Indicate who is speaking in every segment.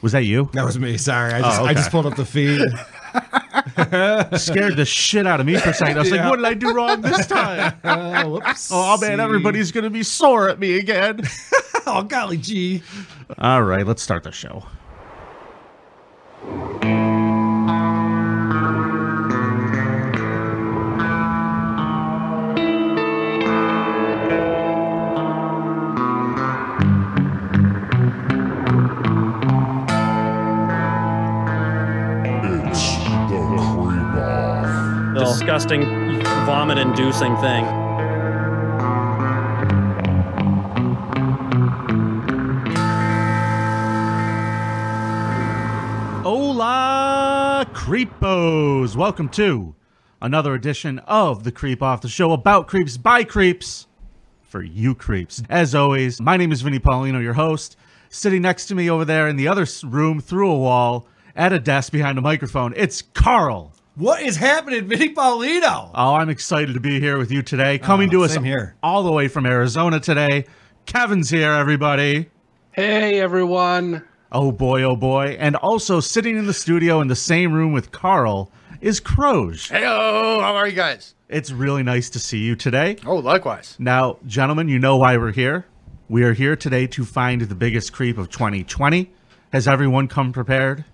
Speaker 1: Was that you?
Speaker 2: That was me. Sorry, I just
Speaker 1: Oh, okay.
Speaker 2: I just pulled up the feed.
Speaker 1: Scared the shit out of me for a second. I was
Speaker 2: Yeah.
Speaker 1: like, what did I do wrong this time?
Speaker 2: Uh, whoops.
Speaker 1: Oh man, everybody's gonna be sore at me again.
Speaker 2: oh golly gee.
Speaker 1: All right, let's start the show.
Speaker 3: It's the creep off.
Speaker 4: disgusting, vomit inducing thing.
Speaker 1: Hola, creepos! Welcome to another edition of the Creep Off the Show about creeps by creeps for you creeps. As always, my name is Vinny Paulino, your host. Sitting next to me over there in the other s- room, through a wall, at a desk behind a microphone, it's Carl.
Speaker 2: What is happening, Vinny Paulino? Uh,
Speaker 1: Oh, I'm excited to be here with you today. Coming to us
Speaker 2: same here.
Speaker 1: all the way from Arizona today. Kevin's here, everybody.
Speaker 5: Hey everyone.
Speaker 1: Oh boy, oh boy. And also sitting in the studio in the same room with Carl is Croge.
Speaker 6: Heyo, how are you guys?
Speaker 1: It's really nice to see you today.
Speaker 6: Oh, likewise.
Speaker 1: Now, gentlemen, you know why we're here. We are here today to find the biggest creep of 2020. Has everyone come prepared?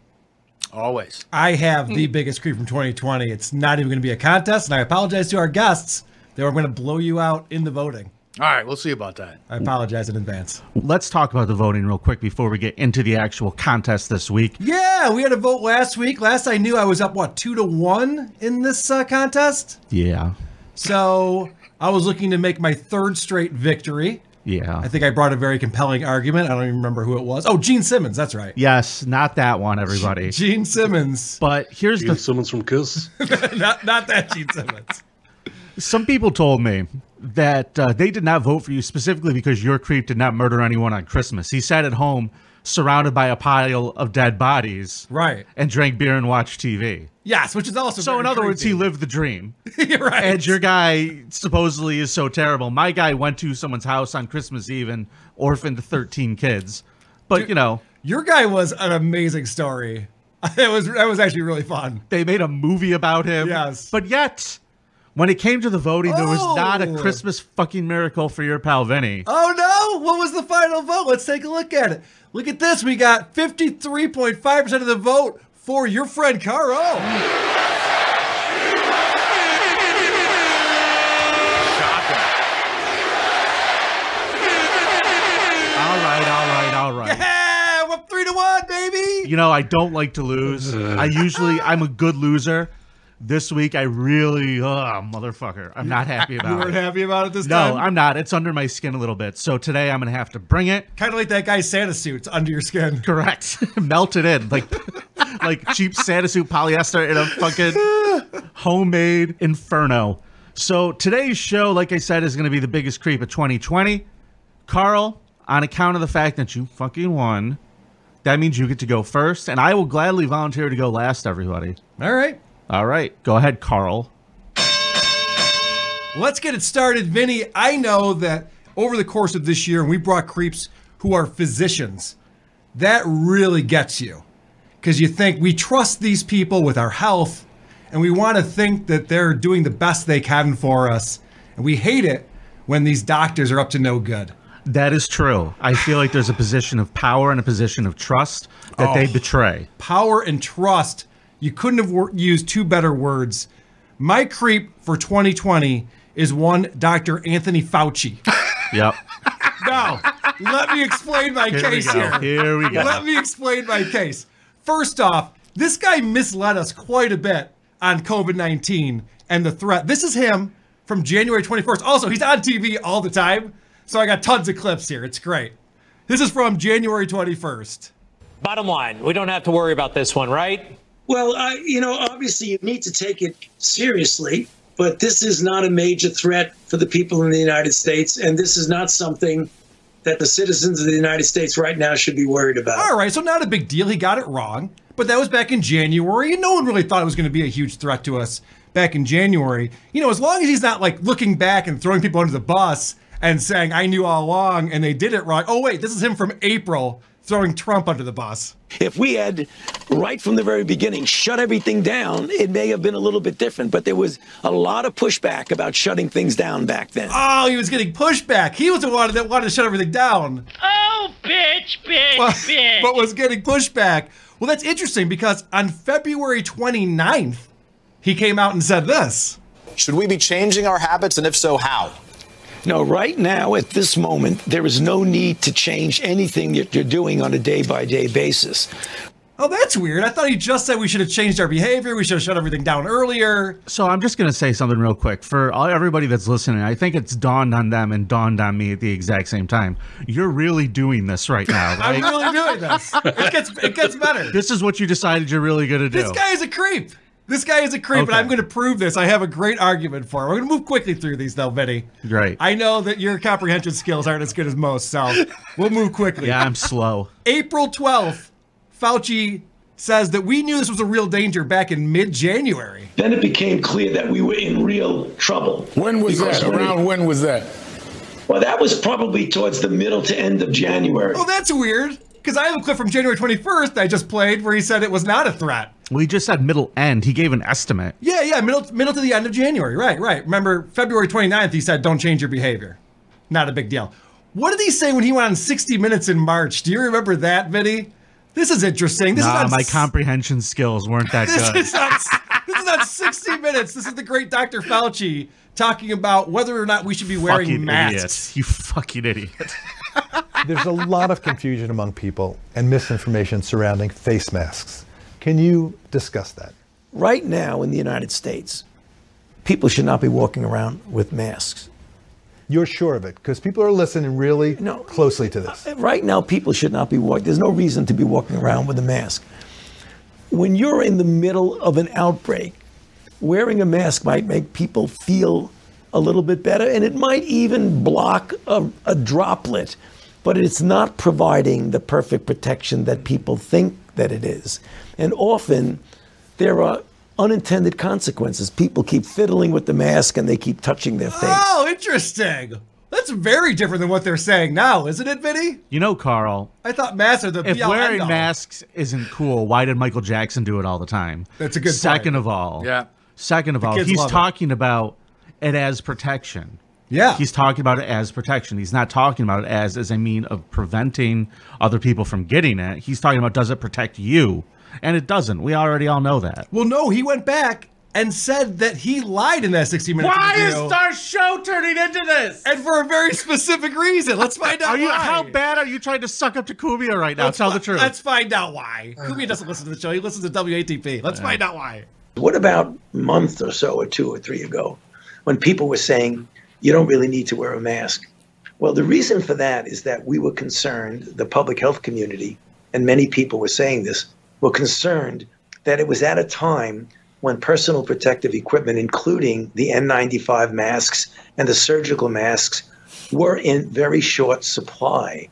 Speaker 6: Always.
Speaker 2: I have the biggest creep from 2020. It's not even going to be a contest, and I apologize to our guests. They were going to blow you out in the voting.
Speaker 6: All right, we'll see about that.
Speaker 2: I apologize in advance.
Speaker 1: Let's talk about the voting real quick before we get into the actual contest this week.
Speaker 2: Yeah, we had a vote last week. Last I knew, I was up what two to one in this uh, contest.
Speaker 1: Yeah.
Speaker 2: So I was looking to make my third straight victory.
Speaker 1: Yeah.
Speaker 2: I think I brought a very compelling argument. I don't even remember who it was. Oh, Gene Simmons. That's right.
Speaker 1: yes, not that one, everybody.
Speaker 2: Gene Simmons.
Speaker 1: But here's the
Speaker 5: Need someone's from Kiss.
Speaker 2: not, not that Gene Simmons.
Speaker 1: Some people told me that uh, they did not vote for you specifically because your creep did not murder anyone on Christmas. He sat at home surrounded by a pile of dead bodies
Speaker 2: Right.
Speaker 1: and drank beer and watched TV.
Speaker 2: Yes, which is also
Speaker 1: So,
Speaker 2: very
Speaker 1: in other words, he
Speaker 2: creepy.
Speaker 1: lived the dream.
Speaker 2: You're right.
Speaker 1: And your guy supposedly is so terrible. My guy went to someone's house on Christmas Eve and orphaned 13 kids. But, you know,
Speaker 2: Your guy was an amazing story. That was that was actually really fun.
Speaker 1: they made a movie about him.
Speaker 2: Yes.
Speaker 1: But yet, when it came to the voting, there was not a
Speaker 2: Oh.
Speaker 1: Christmas fucking miracle for your pal, Vinny.
Speaker 2: Oh no! What was the final vote? Let's take a look at it. Look at this. We got 53.5% of the vote for your friend Caro.
Speaker 6: Shocking.
Speaker 1: All right, all right, all right.
Speaker 2: Yeah, we're up three to one, baby.
Speaker 1: you know i don't like to lose i usually i'm a good loser this week i really oh motherfucker i'm not happy
Speaker 2: You
Speaker 1: about
Speaker 2: weren't
Speaker 1: it
Speaker 2: happy about it this
Speaker 1: no
Speaker 2: time.
Speaker 1: i'm not it's under my skin a little bit so today i'm gonna have to bring it
Speaker 2: kind of like that guy's Santa suit It's under your skin.
Speaker 1: correct melt it in like like cheap santa suit polyester in a fucking homemade inferno so today's show like i said is gonna be the biggest creep of 2020 carl on account of the fact that you fucking won that means you get to go first and i will gladly volunteer to go last everybody
Speaker 2: All right,
Speaker 1: All right, go ahead, Carl.
Speaker 2: let's get it started, Vinny. I know that over the course of this year, we brought creeps who are physicians. That really gets you because you think we trust these people with our health, and we want to think that they're doing the best they can for us, and we hate it when these doctors are up to no good.
Speaker 1: That is true. I feel like there's a position of power and a position of trust that they betray.
Speaker 2: Oh, power and trust. You couldn't have wor- used two better words. My creep for 2020 is one Dr. Anthony Fauci.
Speaker 1: Yep.
Speaker 2: Now, let me explain my
Speaker 1: Here we go.
Speaker 2: case here.
Speaker 1: Here we go.
Speaker 2: Let me explain my case. First off, this guy misled us quite a bit on COVID 19 and the threat. This is him from January 21st. Also, he's on TV all the time. So I got tons of clips here. It's great. This is from January 21st.
Speaker 7: Bottom line, we don't have to worry about this one, right?
Speaker 8: Well, I, you know, obviously you need to take it seriously, but this is not a major threat for the people in the United States, and this is not something that the citizens of the United States right now should be worried about.
Speaker 2: All right, so not a big deal. He got it wrong, but that was back in January, and no one really thought it was going to be a huge threat to us back in January. You know, as long as he's not like looking back and throwing people under the bus and saying, I knew all along and they did it wrong. Oh, wait, this is him from April throwing Trump under the bus.
Speaker 9: If we had, right from the very beginning, shut everything down, it may have been a little bit different, but there was a lot of pushback about shutting things down back then.
Speaker 2: Oh, he was getting pushback. He was the one that wanted to shut everything down.
Speaker 10: Oh, bitch, bitch,
Speaker 2: but,
Speaker 10: bitch.
Speaker 2: but was getting pushback. Well, that's interesting because on February 29th, he came out and said this.
Speaker 11: Should we be changing our habits, and if so, how?
Speaker 9: No, right now, at this moment, there is no need to change anything that you're doing on a day by day basis.
Speaker 2: Oh, that's weird. I thought he just said we should have changed our behavior. We should have shut everything down earlier.
Speaker 1: So I'm just going to say something real quick for all, everybody that's listening. I think it's dawned on them and dawned on me at the exact same time. You're really doing this right now.
Speaker 2: I'm
Speaker 1: Right?
Speaker 2: really doing this. It gets it gets better.
Speaker 1: this is what you decided you're really going to do.
Speaker 2: This guy is a creep. This guy is a creep, and
Speaker 1: Okay.
Speaker 2: I'm going to prove this. I have a great argument for him. We're going to move quickly through these, though, Vinny.
Speaker 1: Right.
Speaker 2: I know that your comprehension skills aren't as good as most, so we'll move quickly.
Speaker 1: yeah, I'm slow.
Speaker 2: April 12th, Fauci says that we knew this was a real danger back in mid January.
Speaker 9: Then it became clear that we were in real trouble.
Speaker 3: When was
Speaker 9: Because
Speaker 3: that?
Speaker 9: when we-
Speaker 3: Around when was that?
Speaker 9: Well, that was probably towards the middle to end of January.
Speaker 2: Oh, that's weird, because I have a clip from January 21st I just played where he said it was not a threat.
Speaker 1: Well, he just said middle end. He gave an estimate.
Speaker 2: Yeah, yeah, middle, middle to the end of January. Right, right. Remember, February 29th, he said, don't change your behavior. Not a big deal. What did he say when he went on 60 Minutes in March? Do you remember that, Vinny? This is interesting. This is
Speaker 1: Nah,
Speaker 2: on
Speaker 1: my
Speaker 2: s-
Speaker 1: comprehension skills weren't that
Speaker 2: This
Speaker 1: good.
Speaker 2: is not. This is not 60 minutes. This is the great Dr. Fauci talking about whether or not we should be wearing
Speaker 1: fucking
Speaker 2: masks.
Speaker 1: idiot. You fucking idiot.
Speaker 12: There's a lot of confusion among people and misinformation surrounding face masks. Can you discuss that?
Speaker 9: Right now in the United States, people should not be walking around with masks.
Speaker 12: You're sure of it because people are listening really
Speaker 9: No. Uh,
Speaker 12: closely to this.
Speaker 9: Right now, people should not be walking. There's no reason to be walking around with a mask. When you're in the middle of an outbreak, wearing a mask might make people feel a little bit better, and it might even block a, a droplet. But it's not providing the perfect protection that people think that it is. And often, there are unintended consequences. People keep fiddling with the mask and they keep touching their face.
Speaker 2: Oh, interesting. That's very different than what they're saying now, isn't it, Vinny?
Speaker 1: You know, Carl,
Speaker 2: I thought masks are the
Speaker 1: if
Speaker 2: be-all,
Speaker 1: wearing
Speaker 2: end-all.
Speaker 1: masks isn't cool, why did Michael Jackson do it all the time?
Speaker 2: That's a good
Speaker 1: Second
Speaker 2: point.
Speaker 1: of all,
Speaker 6: Yeah.
Speaker 1: Second of all,
Speaker 2: kids
Speaker 1: he's
Speaker 2: love it.
Speaker 1: talking about it as protection.
Speaker 2: Yeah.
Speaker 1: He's talking about it as protection. He's not talking about it as as a mean of preventing other people from getting it. He's talking about does it protect you? And it doesn't. We already all know that.
Speaker 2: Well, no, he went back and said that he lied in that 60 minute video.
Speaker 1: our show turning into this?
Speaker 2: and for a very specific reason. Let's find out
Speaker 1: Are you
Speaker 2: why.
Speaker 1: how bad are you trying to suck up to Kumia right now? Tell the truth.
Speaker 2: Let's find out why. Kumi doesn't listen to the show. He listens to WATP. Let's find out why.
Speaker 9: What about a month or so or two or three ago when people were saying you don't really need to wear a mask? Well, the reason for that is that we were concerned, the public health community, and many people were saying this, were concerned that it was at a time when personal protective equipment, including the N95 masks and the surgical masks, were in very short supply.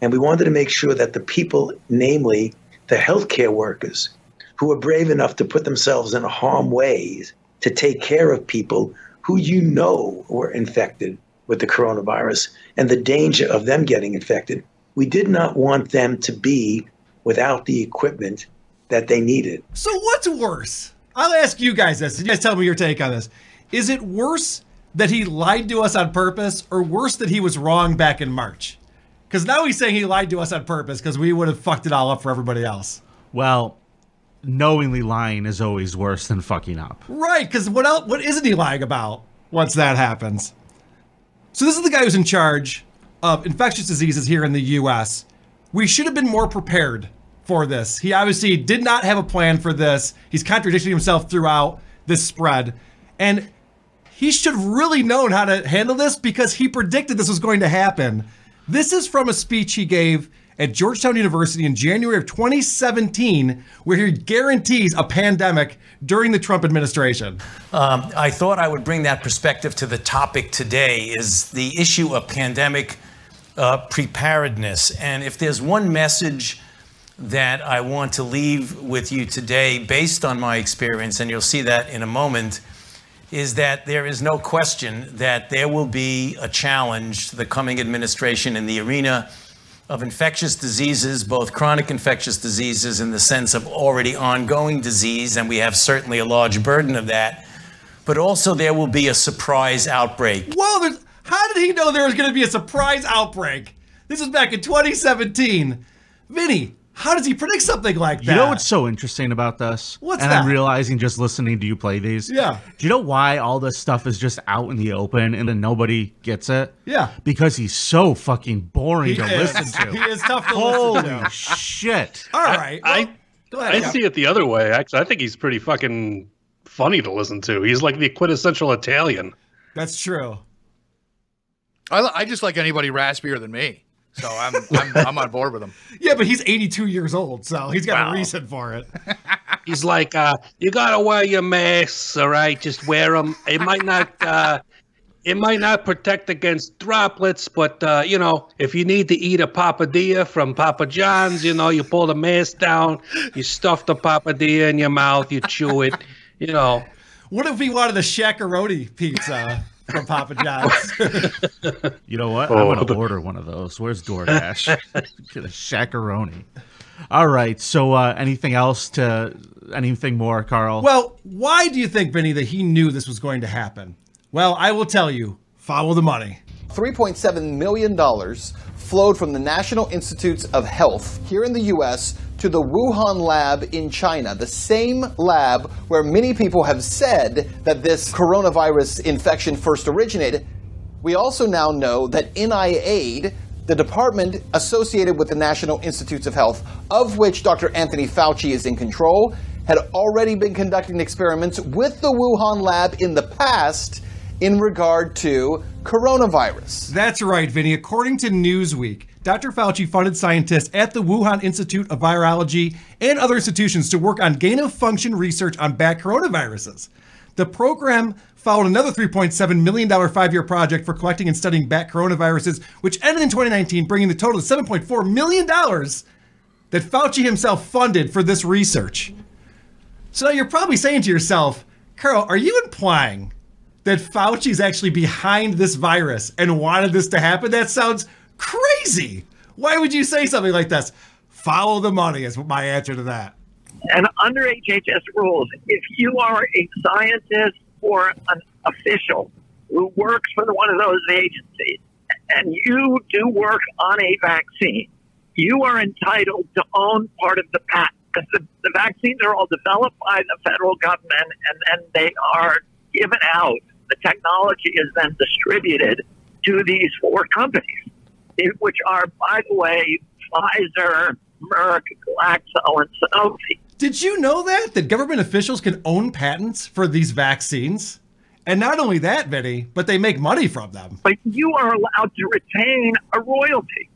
Speaker 9: And we wanted to make sure that the people, namely the healthcare workers, who are brave enough to put themselves in harm ways to take care of people who you know were infected with the coronavirus and the danger of them getting infected. We did not want them to be without the equipment that they needed.
Speaker 2: So what's worse? I'll ask you guys this. You guys tell me your take on this. Is it worse that he lied to us on purpose, or worse that he was wrong back in March? Because now he's saying he lied to us on purpose because we would have fucked it all up for everybody else.
Speaker 1: well, knowingly lying is always worse than fucking up.
Speaker 2: Right, because what else? What isn't he lying about once that happens? So this is the guy who's in charge of infectious diseases here in the U.S. We should have been more prepared for this. He obviously did not have a plan for this. He's contradicting himself throughout this spread, and he should have really known how to handle this because he predicted this was going to happen. This is from a speech he gave at Georgetown University in January of 2017, where he guarantees a pandemic during the Trump administration.
Speaker 13: Um, I thought I would bring that perspective to the topic today is the issue of pandemic uh, preparedness. And if there's one message that I want to leave with you today, based on my experience, and you'll see that in a moment, is that there is no question that there will be a challenge to the coming administration in the arena of infectious diseases, both chronic infectious diseases in the sense of already ongoing disease, and we have certainly a large burden of that, but also there will be a surprise outbreak.
Speaker 2: Well, there's, how did he know there was going to be a surprise outbreak? This was back in 2017. Vinny, how does he predict something like that?
Speaker 1: You know what's so interesting about this?
Speaker 2: What's
Speaker 1: and I'm
Speaker 2: that?
Speaker 1: realizing just listening to you play these.
Speaker 2: Yeah.
Speaker 1: Do you know why all this stuff is just out in the open and then nobody gets it?
Speaker 2: Yeah.
Speaker 1: Because he's so fucking boring to listen to.
Speaker 2: He is tough to listen to.
Speaker 1: Holy shit.
Speaker 2: All right. well,
Speaker 5: I,
Speaker 2: go ahead,
Speaker 5: I
Speaker 2: Jeff.
Speaker 5: see it the other way. Actually, I think he's pretty fucking funny to listen to. He's like the quintessential Italian.
Speaker 2: That's true.
Speaker 6: I, li- I just like anybody raspier than me, so I'm I'm, I'm on board with him.
Speaker 2: Yeah, but he's 82 years old, so Oh, he's got a reason for it.
Speaker 5: He's like, uh, you gotta wear your masks, all right? Just wear them. It might not, uh, it might not protect against droplets, but uh, you know, if you need to eat a papadilla from Papa John's, you know, you pull the mask down, you stuff the papadilla in your mouth, you chew it, you know.
Speaker 2: What if we wanted a shakaroni pizza from Papa John's?
Speaker 1: You know what?
Speaker 5: Oh,
Speaker 1: I'm gonna
Speaker 5: the-
Speaker 1: order one of those. Where's DoorDash? Get a shakaroni. All right. So uh, anything else to anything more, Carl?
Speaker 2: well, why do you think, Vinny, that he knew this was going to happen? Well, I will tell you. Follow the money.
Speaker 14: $3.7 million flowed from the National Institutes of Health here in the U.S. to the Wuhan lab in China, the same lab where many people have said that this coronavirus infection first originated. We also now know that NIAID, the department associated with the National Institutes of Health, of which Dr. Anthony Fauci is in control, had already been conducting experiments with the Wuhan lab in the past in regard to coronavirus.
Speaker 2: That's right, Vinny. According to Newsweek, Dr. Fauci funded scientists at the Wuhan Institute of Virology and other institutions to work on gain of function research on bat coronaviruses. The program followed another $3.7 million five year project for collecting and studying bat coronaviruses, which ended in 2019, bringing the total to $7.4 million that Fauci himself funded for this research. So now you're probably saying to yourself, Carl, are you implying that Fauci's actually behind this virus and wanted this to happen? That sounds crazy. Why would you say something like this? Follow the money is my answer to that.
Speaker 15: And under HHS rules, if you are a scientist or an official who works for one of those agencies and you do work on a vaccine, you are entitled to own part of the patent because the, the vaccines are all developed by the federal government and then they are given out. The technology is then distributed to these four companies, eh, which are, by the way, Pfizer, Merck, Glaxo, and Sanofi.
Speaker 2: Did you know that? That government officials can own patents for these vaccines? And not only that, Vinny, but they make money from them.
Speaker 15: but you are allowed to retain a royalty.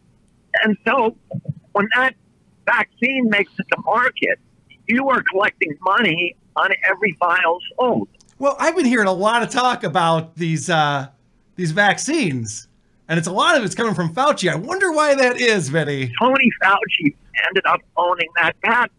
Speaker 15: And so when that vaccine makes it to market, you are collecting money on every vial sold.
Speaker 2: Well, I've been hearing a lot of talk about these uh, these vaccines, and it's a lot of it's coming from Fauci. I wonder why that is, Vinny.
Speaker 15: Tony Fauci ended up owning that patent.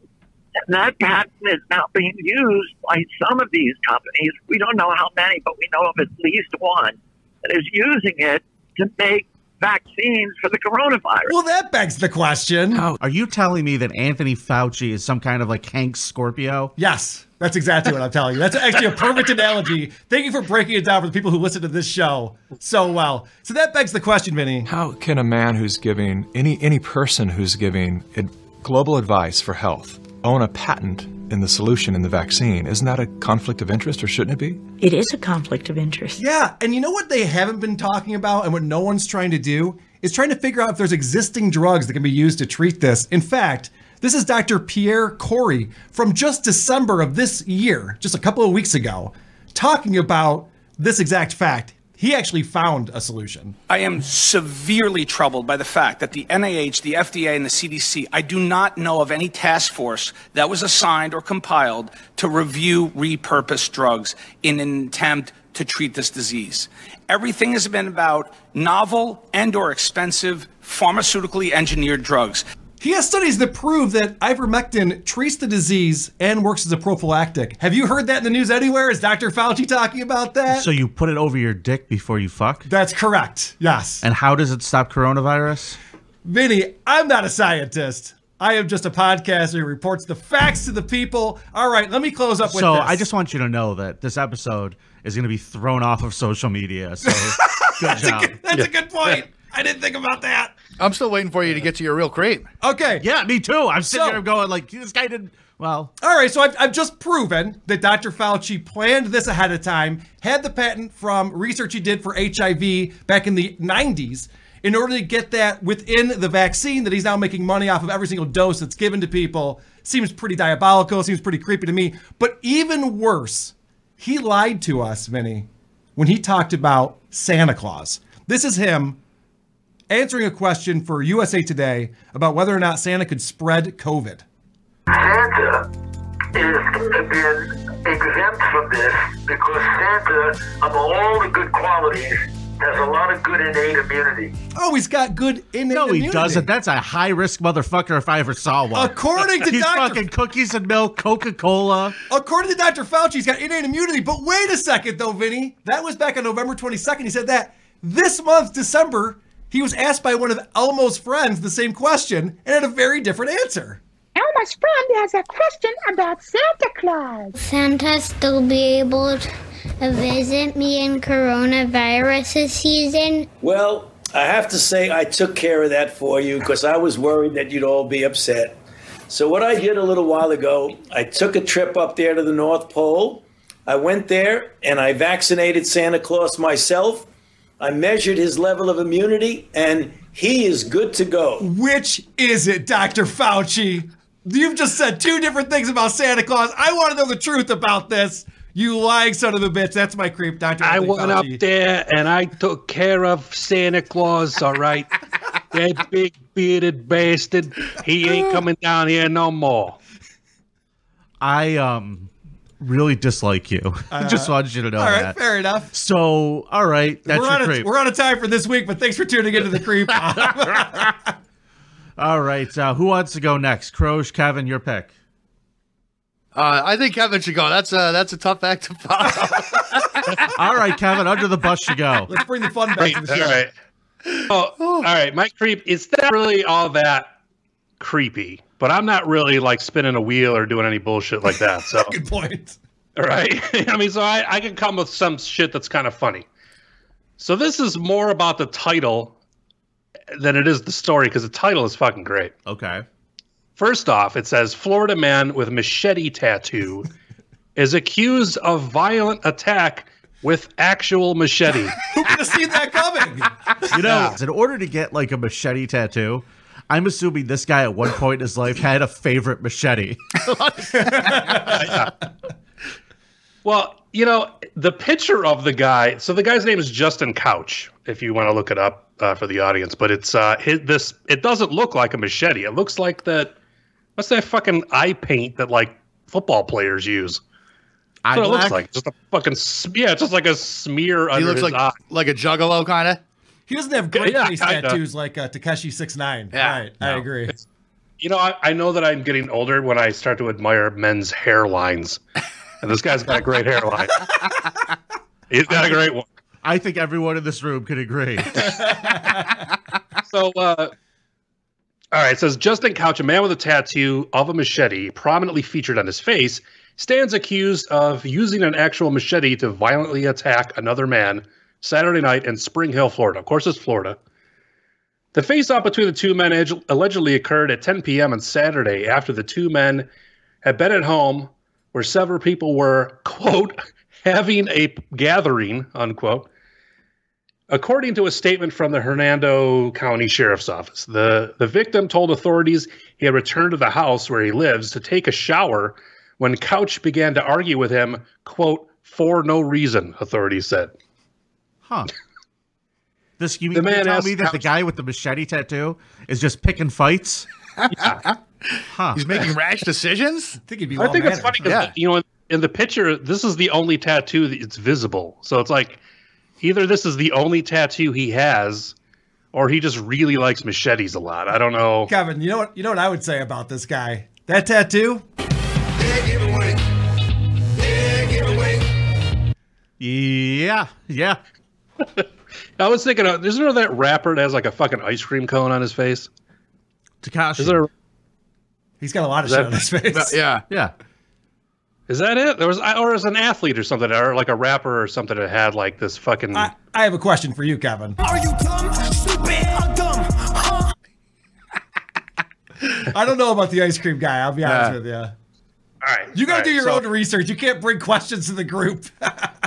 Speaker 15: And that patent is now being used by some of these companies. We don't know how many, but we know of at least one that is using it to make vaccines for the coronavirus.
Speaker 2: Well, that begs the question.
Speaker 1: Are you telling me that Anthony Fauci is some kind of like Hank Scorpio?
Speaker 2: Yes, that's exactly what I'm telling you. That's actually a perfect analogy. Thank you for breaking it down for the people who listen to this show so well. So that begs the question, Vinny.
Speaker 16: How can a man who's giving any any person who's giving ad- global advice for health own a patent in the solution in the vaccine? Isn't that a conflict of interest, or shouldn't it be?
Speaker 17: It is a conflict of interest.
Speaker 2: Yeah, and you know what they haven't been talking about and what no one's trying to do is trying to figure out if there's existing drugs that can be used to treat this. In fact, this is Dr. Pierre Corey from just December of this year, just a couple of weeks ago, talking about this exact fact. He actually found a solution.
Speaker 18: I am severely troubled by the fact that the NIH, the FDA, and the CDC, I do not know of any task force that was assigned or compiled to review repurposed drugs in an attempt to treat this disease. Everything has been about novel and or expensive pharmaceutically engineered drugs.
Speaker 2: He has studies that prove that ivermectin treats the disease and works as a prophylactic. Have you heard that in the news anywhere? Is Dr. Fauci talking about that?
Speaker 1: So you put it over your dick before you fuck?
Speaker 2: That's correct. Yes.
Speaker 1: And how does it stop coronavirus?
Speaker 2: Vinny, I'm not a scientist. I am just a podcaster who reports the facts to the people. All right, let me close up with
Speaker 1: So
Speaker 2: this.
Speaker 1: I just want you to know that this episode is going to be thrown off of social media. So good job.
Speaker 2: That's a good point. I didn't think about that.
Speaker 6: I'm still waiting for you to get to your real creep.
Speaker 2: Okay.
Speaker 1: Yeah, me too. I'm sitting
Speaker 2: So-
Speaker 1: here going like, this guy didn't. Well,
Speaker 2: All right, so I've, I've just proven that Dr. Fauci planned this ahead of time, had the patent from research he did for HIV back in the 90s in order to get that within the vaccine that he's now making money off of every single dose that's given to people. Seems pretty diabolical, seems pretty creepy to me. But even worse, he lied to us, Vinny, when he talked about Santa Claus. This is him answering a question for USA Today about whether or not Santa could spread COVID.
Speaker 19: Santa is have been exempt from this because Santa, of all the good qualities, has a lot of good innate immunity.
Speaker 2: Oh, he's got good innate
Speaker 1: no, he
Speaker 2: immunity.
Speaker 1: doesn't. That's a high risk motherfucker if I ever saw one.
Speaker 2: According to
Speaker 1: he's
Speaker 2: Dr.
Speaker 1: fucking cookies and milk, Coca Cola.
Speaker 2: According to Dr. Fauci, he's got innate immunity. But wait a second, though, Vinny. That was back on November 22nd. He said that this month, December, he was asked by one of Elmo's friends the same question and had a very different answer.
Speaker 20: Elmer's friend has a question about Santa Claus. Santa still be able to visit me in coronavirus season?
Speaker 19: Well, I have to say I took care of that for you because I was worried that you'd all be upset. So what I did a little while ago, I took a trip up there to the North Pole. I went there and I vaccinated Santa Claus myself. I measured his level of immunity and he is good to go.
Speaker 2: Which is it, Dr. Fauci? You've just said two different things about Santa Claus. I want to know the truth about this. You lying son of a bitch. That's my creep, Dr.
Speaker 5: I
Speaker 2: Anthony
Speaker 5: went up
Speaker 2: Fauci.
Speaker 5: there and I took care of Santa Claus, all right? that big bearded bastard, he ain't coming down here no more.
Speaker 1: I um really dislike you. I just wanted you to know
Speaker 2: Uh, All right,
Speaker 1: that.
Speaker 2: fair enough.
Speaker 1: So, all right, that's
Speaker 2: we're,
Speaker 1: your
Speaker 2: out
Speaker 1: creep.
Speaker 2: of, we're out of time for this week, but thanks for tuning into the creep.
Speaker 1: All right, uh, who wants to go next? Croge, Kevin, your pick.
Speaker 6: Uh, I think Kevin should go. That's a that's a tough act to follow.
Speaker 1: All right, Kevin, under the bus you go.
Speaker 2: Let's bring the fun
Speaker 5: Right, all right. Oh, all right. My creep is not really all that creepy, but I'm not really like spinning a wheel or doing any bullshit like that. So
Speaker 2: good point.
Speaker 5: All right. I mean, so I, I can come with some shit that's kind of funny. So this is more about the title than it is the story because the title is fucking great.
Speaker 1: Okay.
Speaker 5: First off, it says Florida man with machete tattoo is accused of violent attack with actual machete.
Speaker 2: Who could have seen that coming?
Speaker 1: You know, in order to get like a machete tattoo, I'm assuming this guy at one point in his life had a favorite machete.
Speaker 5: Well, you know, the picture of the guy. So the guy's name is Justin Couch. If you want to look it up uh, for the audience, but it's uh, his, this. It doesn't look like a machete. It looks like that. What's that fucking eye paint that like football players use? That's what it
Speaker 6: Eye black?
Speaker 5: looks like just a fucking sm- yeah, it's just like a smear
Speaker 6: he
Speaker 5: under
Speaker 6: looks
Speaker 5: his
Speaker 6: like
Speaker 5: eye.
Speaker 6: like a juggalo kind of.
Speaker 2: He doesn't have great
Speaker 5: Yeah,
Speaker 2: face
Speaker 5: kinda.
Speaker 2: tattoos like uh, Takeshi Six Nine. right, I agree.
Speaker 5: You know, I, I know that I'm getting older when I start to admire men's hairlines, and this guy's got a great hairline. He's got a great one.
Speaker 1: I think everyone in this room could agree.
Speaker 5: so uh all right it says justin couch a man with a tattoo of a machete prominently featured on his face stands accused of using an actual machete to violently attack another man saturday night in spring hill florida of course it's florida the face-off between the two men ag- allegedly occurred at 10 p.m. on Saturday after the two men had been at home where several people were, quote, having a p- gathering, unquote. According to a statement from the Hernando County Sheriff's Office, the, the victim told authorities he had returned to the house where he lives to take a shower when Couch began to argue with him, quote, for no reason, authorities said.
Speaker 1: Huh. This you
Speaker 5: The
Speaker 1: mean you
Speaker 5: man
Speaker 1: tell
Speaker 5: asked
Speaker 1: me that
Speaker 5: how-
Speaker 1: the guy with the machete tattoo is just picking fights? Huh.
Speaker 6: He's making rash decisions. I
Speaker 2: think he'd be.
Speaker 5: I think it's funny because you know in the picture this is the only tattoo that's visible. So it's like either this is the only tattoo he has, or he just really likes machetes a lot. I don't know.
Speaker 2: Kevin, you know what? You know what I would say about this guy? That tattoo.
Speaker 1: Yeah, yeah.
Speaker 5: I was thinking, uh, isn't there that rapper that has like a fucking ice cream cone on his face?
Speaker 1: Takashi.
Speaker 5: Is there?
Speaker 2: He's got a lot of
Speaker 5: Is
Speaker 2: shit
Speaker 5: that-
Speaker 2: on his face.
Speaker 6: Yeah.
Speaker 1: Yeah.
Speaker 5: Is that it? There was, or is an athlete or something, or like a rapper or something that had like this fucking.
Speaker 2: I have a question for you, Kevin.
Speaker 10: Are you dumb, stupid, or dumb? Huh?
Speaker 2: I don't know about the ice cream guy. I'll be honest
Speaker 5: Yeah.
Speaker 2: with you. All
Speaker 5: right.
Speaker 2: You got to
Speaker 5: All
Speaker 2: do
Speaker 5: right,
Speaker 2: your
Speaker 5: so-
Speaker 2: own research. You can't bring questions to the group.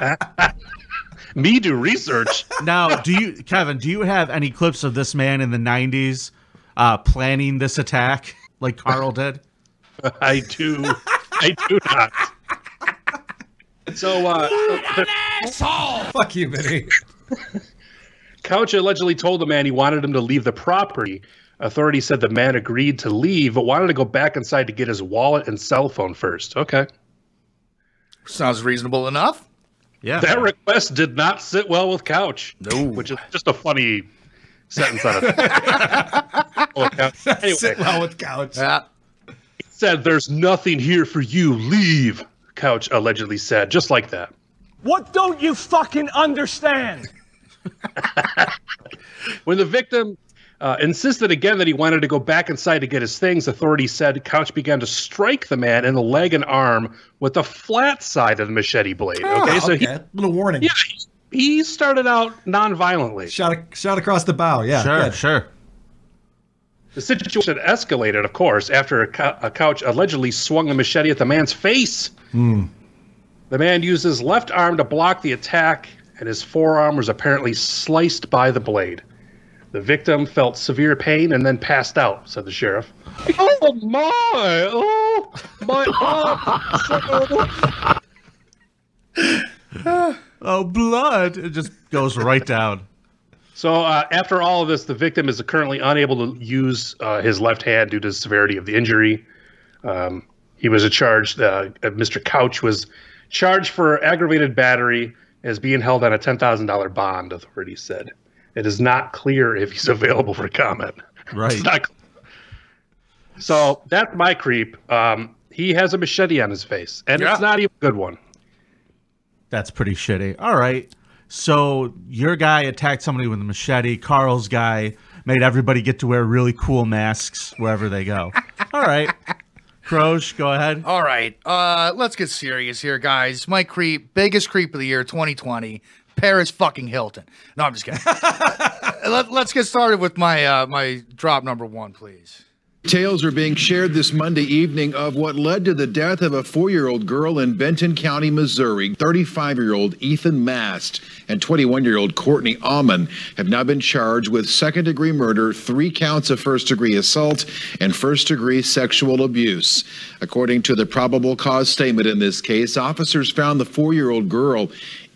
Speaker 5: Me do research.
Speaker 1: now, do you, Kevin? Do you have any clips of this man in the '90s uh, planning this attack, like Carl did?
Speaker 5: I do. I do not. So, uh,
Speaker 2: Fuck you, Vinny.
Speaker 5: Couch allegedly told the man he wanted him to leave the property. Authorities said the man agreed to leave, but wanted to go back inside to get his wallet and cell phone first. Okay.
Speaker 6: Sounds reasonable enough.
Speaker 1: Yeah.
Speaker 5: That request did not sit well with Couch.
Speaker 6: No.
Speaker 5: Which is just a funny sentence on it. anyway.
Speaker 2: Sit well with Couch.
Speaker 6: Yeah.
Speaker 5: He said, There's nothing here for you. Leave. Couch allegedly said, just like that.
Speaker 10: What don't you fucking understand?
Speaker 5: When the victim uh, insisted again that he wanted to go back inside to get his things, authorities said Couch began to strike the man in the leg and arm with the flat side of the machete blade.
Speaker 2: Ah,
Speaker 5: okay, so he,
Speaker 2: okay. little warning.
Speaker 5: yeah, he started out non-violently.
Speaker 2: Shot, shot across the bow. Yeah.
Speaker 5: Sure,
Speaker 2: good.
Speaker 1: sure.
Speaker 5: The situation escalated, of course, after a, cou- a couch allegedly swung a machete at the man's face.
Speaker 10: Hmm.
Speaker 5: The man used his left arm to block the attack, and his forearm was apparently sliced by the blade. The victim felt severe pain and then passed out, said the sheriff. Oh my! Oh my!
Speaker 1: oh, blood! It just goes right down.
Speaker 5: So, uh, after all of this, the victim is currently unable to use uh, his left hand due to the severity of the injury. Um, he was charged. Uh, uh, Mr. Couch was charged for aggravated battery, is being held on a ten thousand dollar bond. Authorities said it is not clear if he's available for comment.
Speaker 1: Right.
Speaker 5: It's not clear. So that's my creep. Um, he has a machete on his face, and
Speaker 1: Yeah.
Speaker 5: it's not even a good one.
Speaker 1: That's pretty shitty. All right. So your guy attacked somebody with a machete. Carl's guy made everybody get to wear really cool masks wherever they go. All right. Croge, go ahead.
Speaker 6: All right, uh, let's get serious here, guys. My creep, biggest creep of the year, 2020, Paris fucking Hilton. No, I'm just kidding. Uh, let, us get started with my uh, my drop number one, please.
Speaker 21: Tales are being shared this Monday evening of what led to the death of a four year old girl in Benton County, Missouri. 35 year old Ethan Mast and 21 year old Courtney Alman have now been charged with second degree murder, three counts of first degree assault, and first degree sexual abuse. According to the probable cause statement in this case, officers found the four year old girl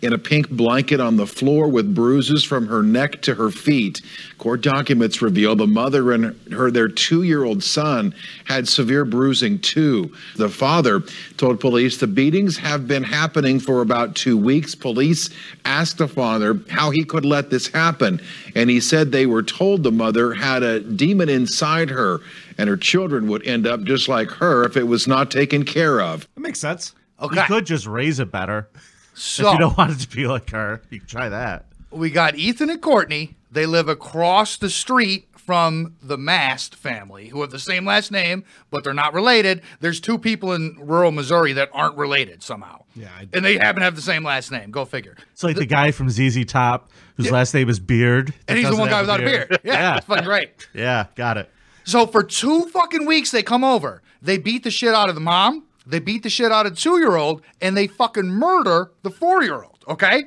Speaker 21: in a pink blanket on the floor with bruises from her neck to her feet. Court documents reveal the mother and her their 2-year-old son had severe bruising too. The father told police the beatings have been happening for about 2 weeks. Police asked the father how he could let this happen and he said they were told the mother had a demon inside her and her children would end up just like her if it was not taken care of.
Speaker 2: That makes sense.
Speaker 6: Okay.
Speaker 1: You could just raise it better.
Speaker 6: So-
Speaker 1: if you don't want it to be like her, you can try that.
Speaker 6: We got Ethan and Courtney. They live across the street from the Mast family, who have the same last name, but they're not related. There's two people in rural Missouri that aren't related somehow,
Speaker 1: Yeah.
Speaker 6: and they happen to have the same last name. Go figure.
Speaker 1: It's like the, guy from ZZ Top whose last name is Beard.
Speaker 6: And he's the one guy without a beard. Yeah,
Speaker 1: yeah.
Speaker 6: that's fucking great.
Speaker 1: Yeah, got it.
Speaker 6: So for two fucking weeks, they come over. They beat the shit out of the mom. They beat the shit out of the two year old, and they fucking murder the four year old. Okay.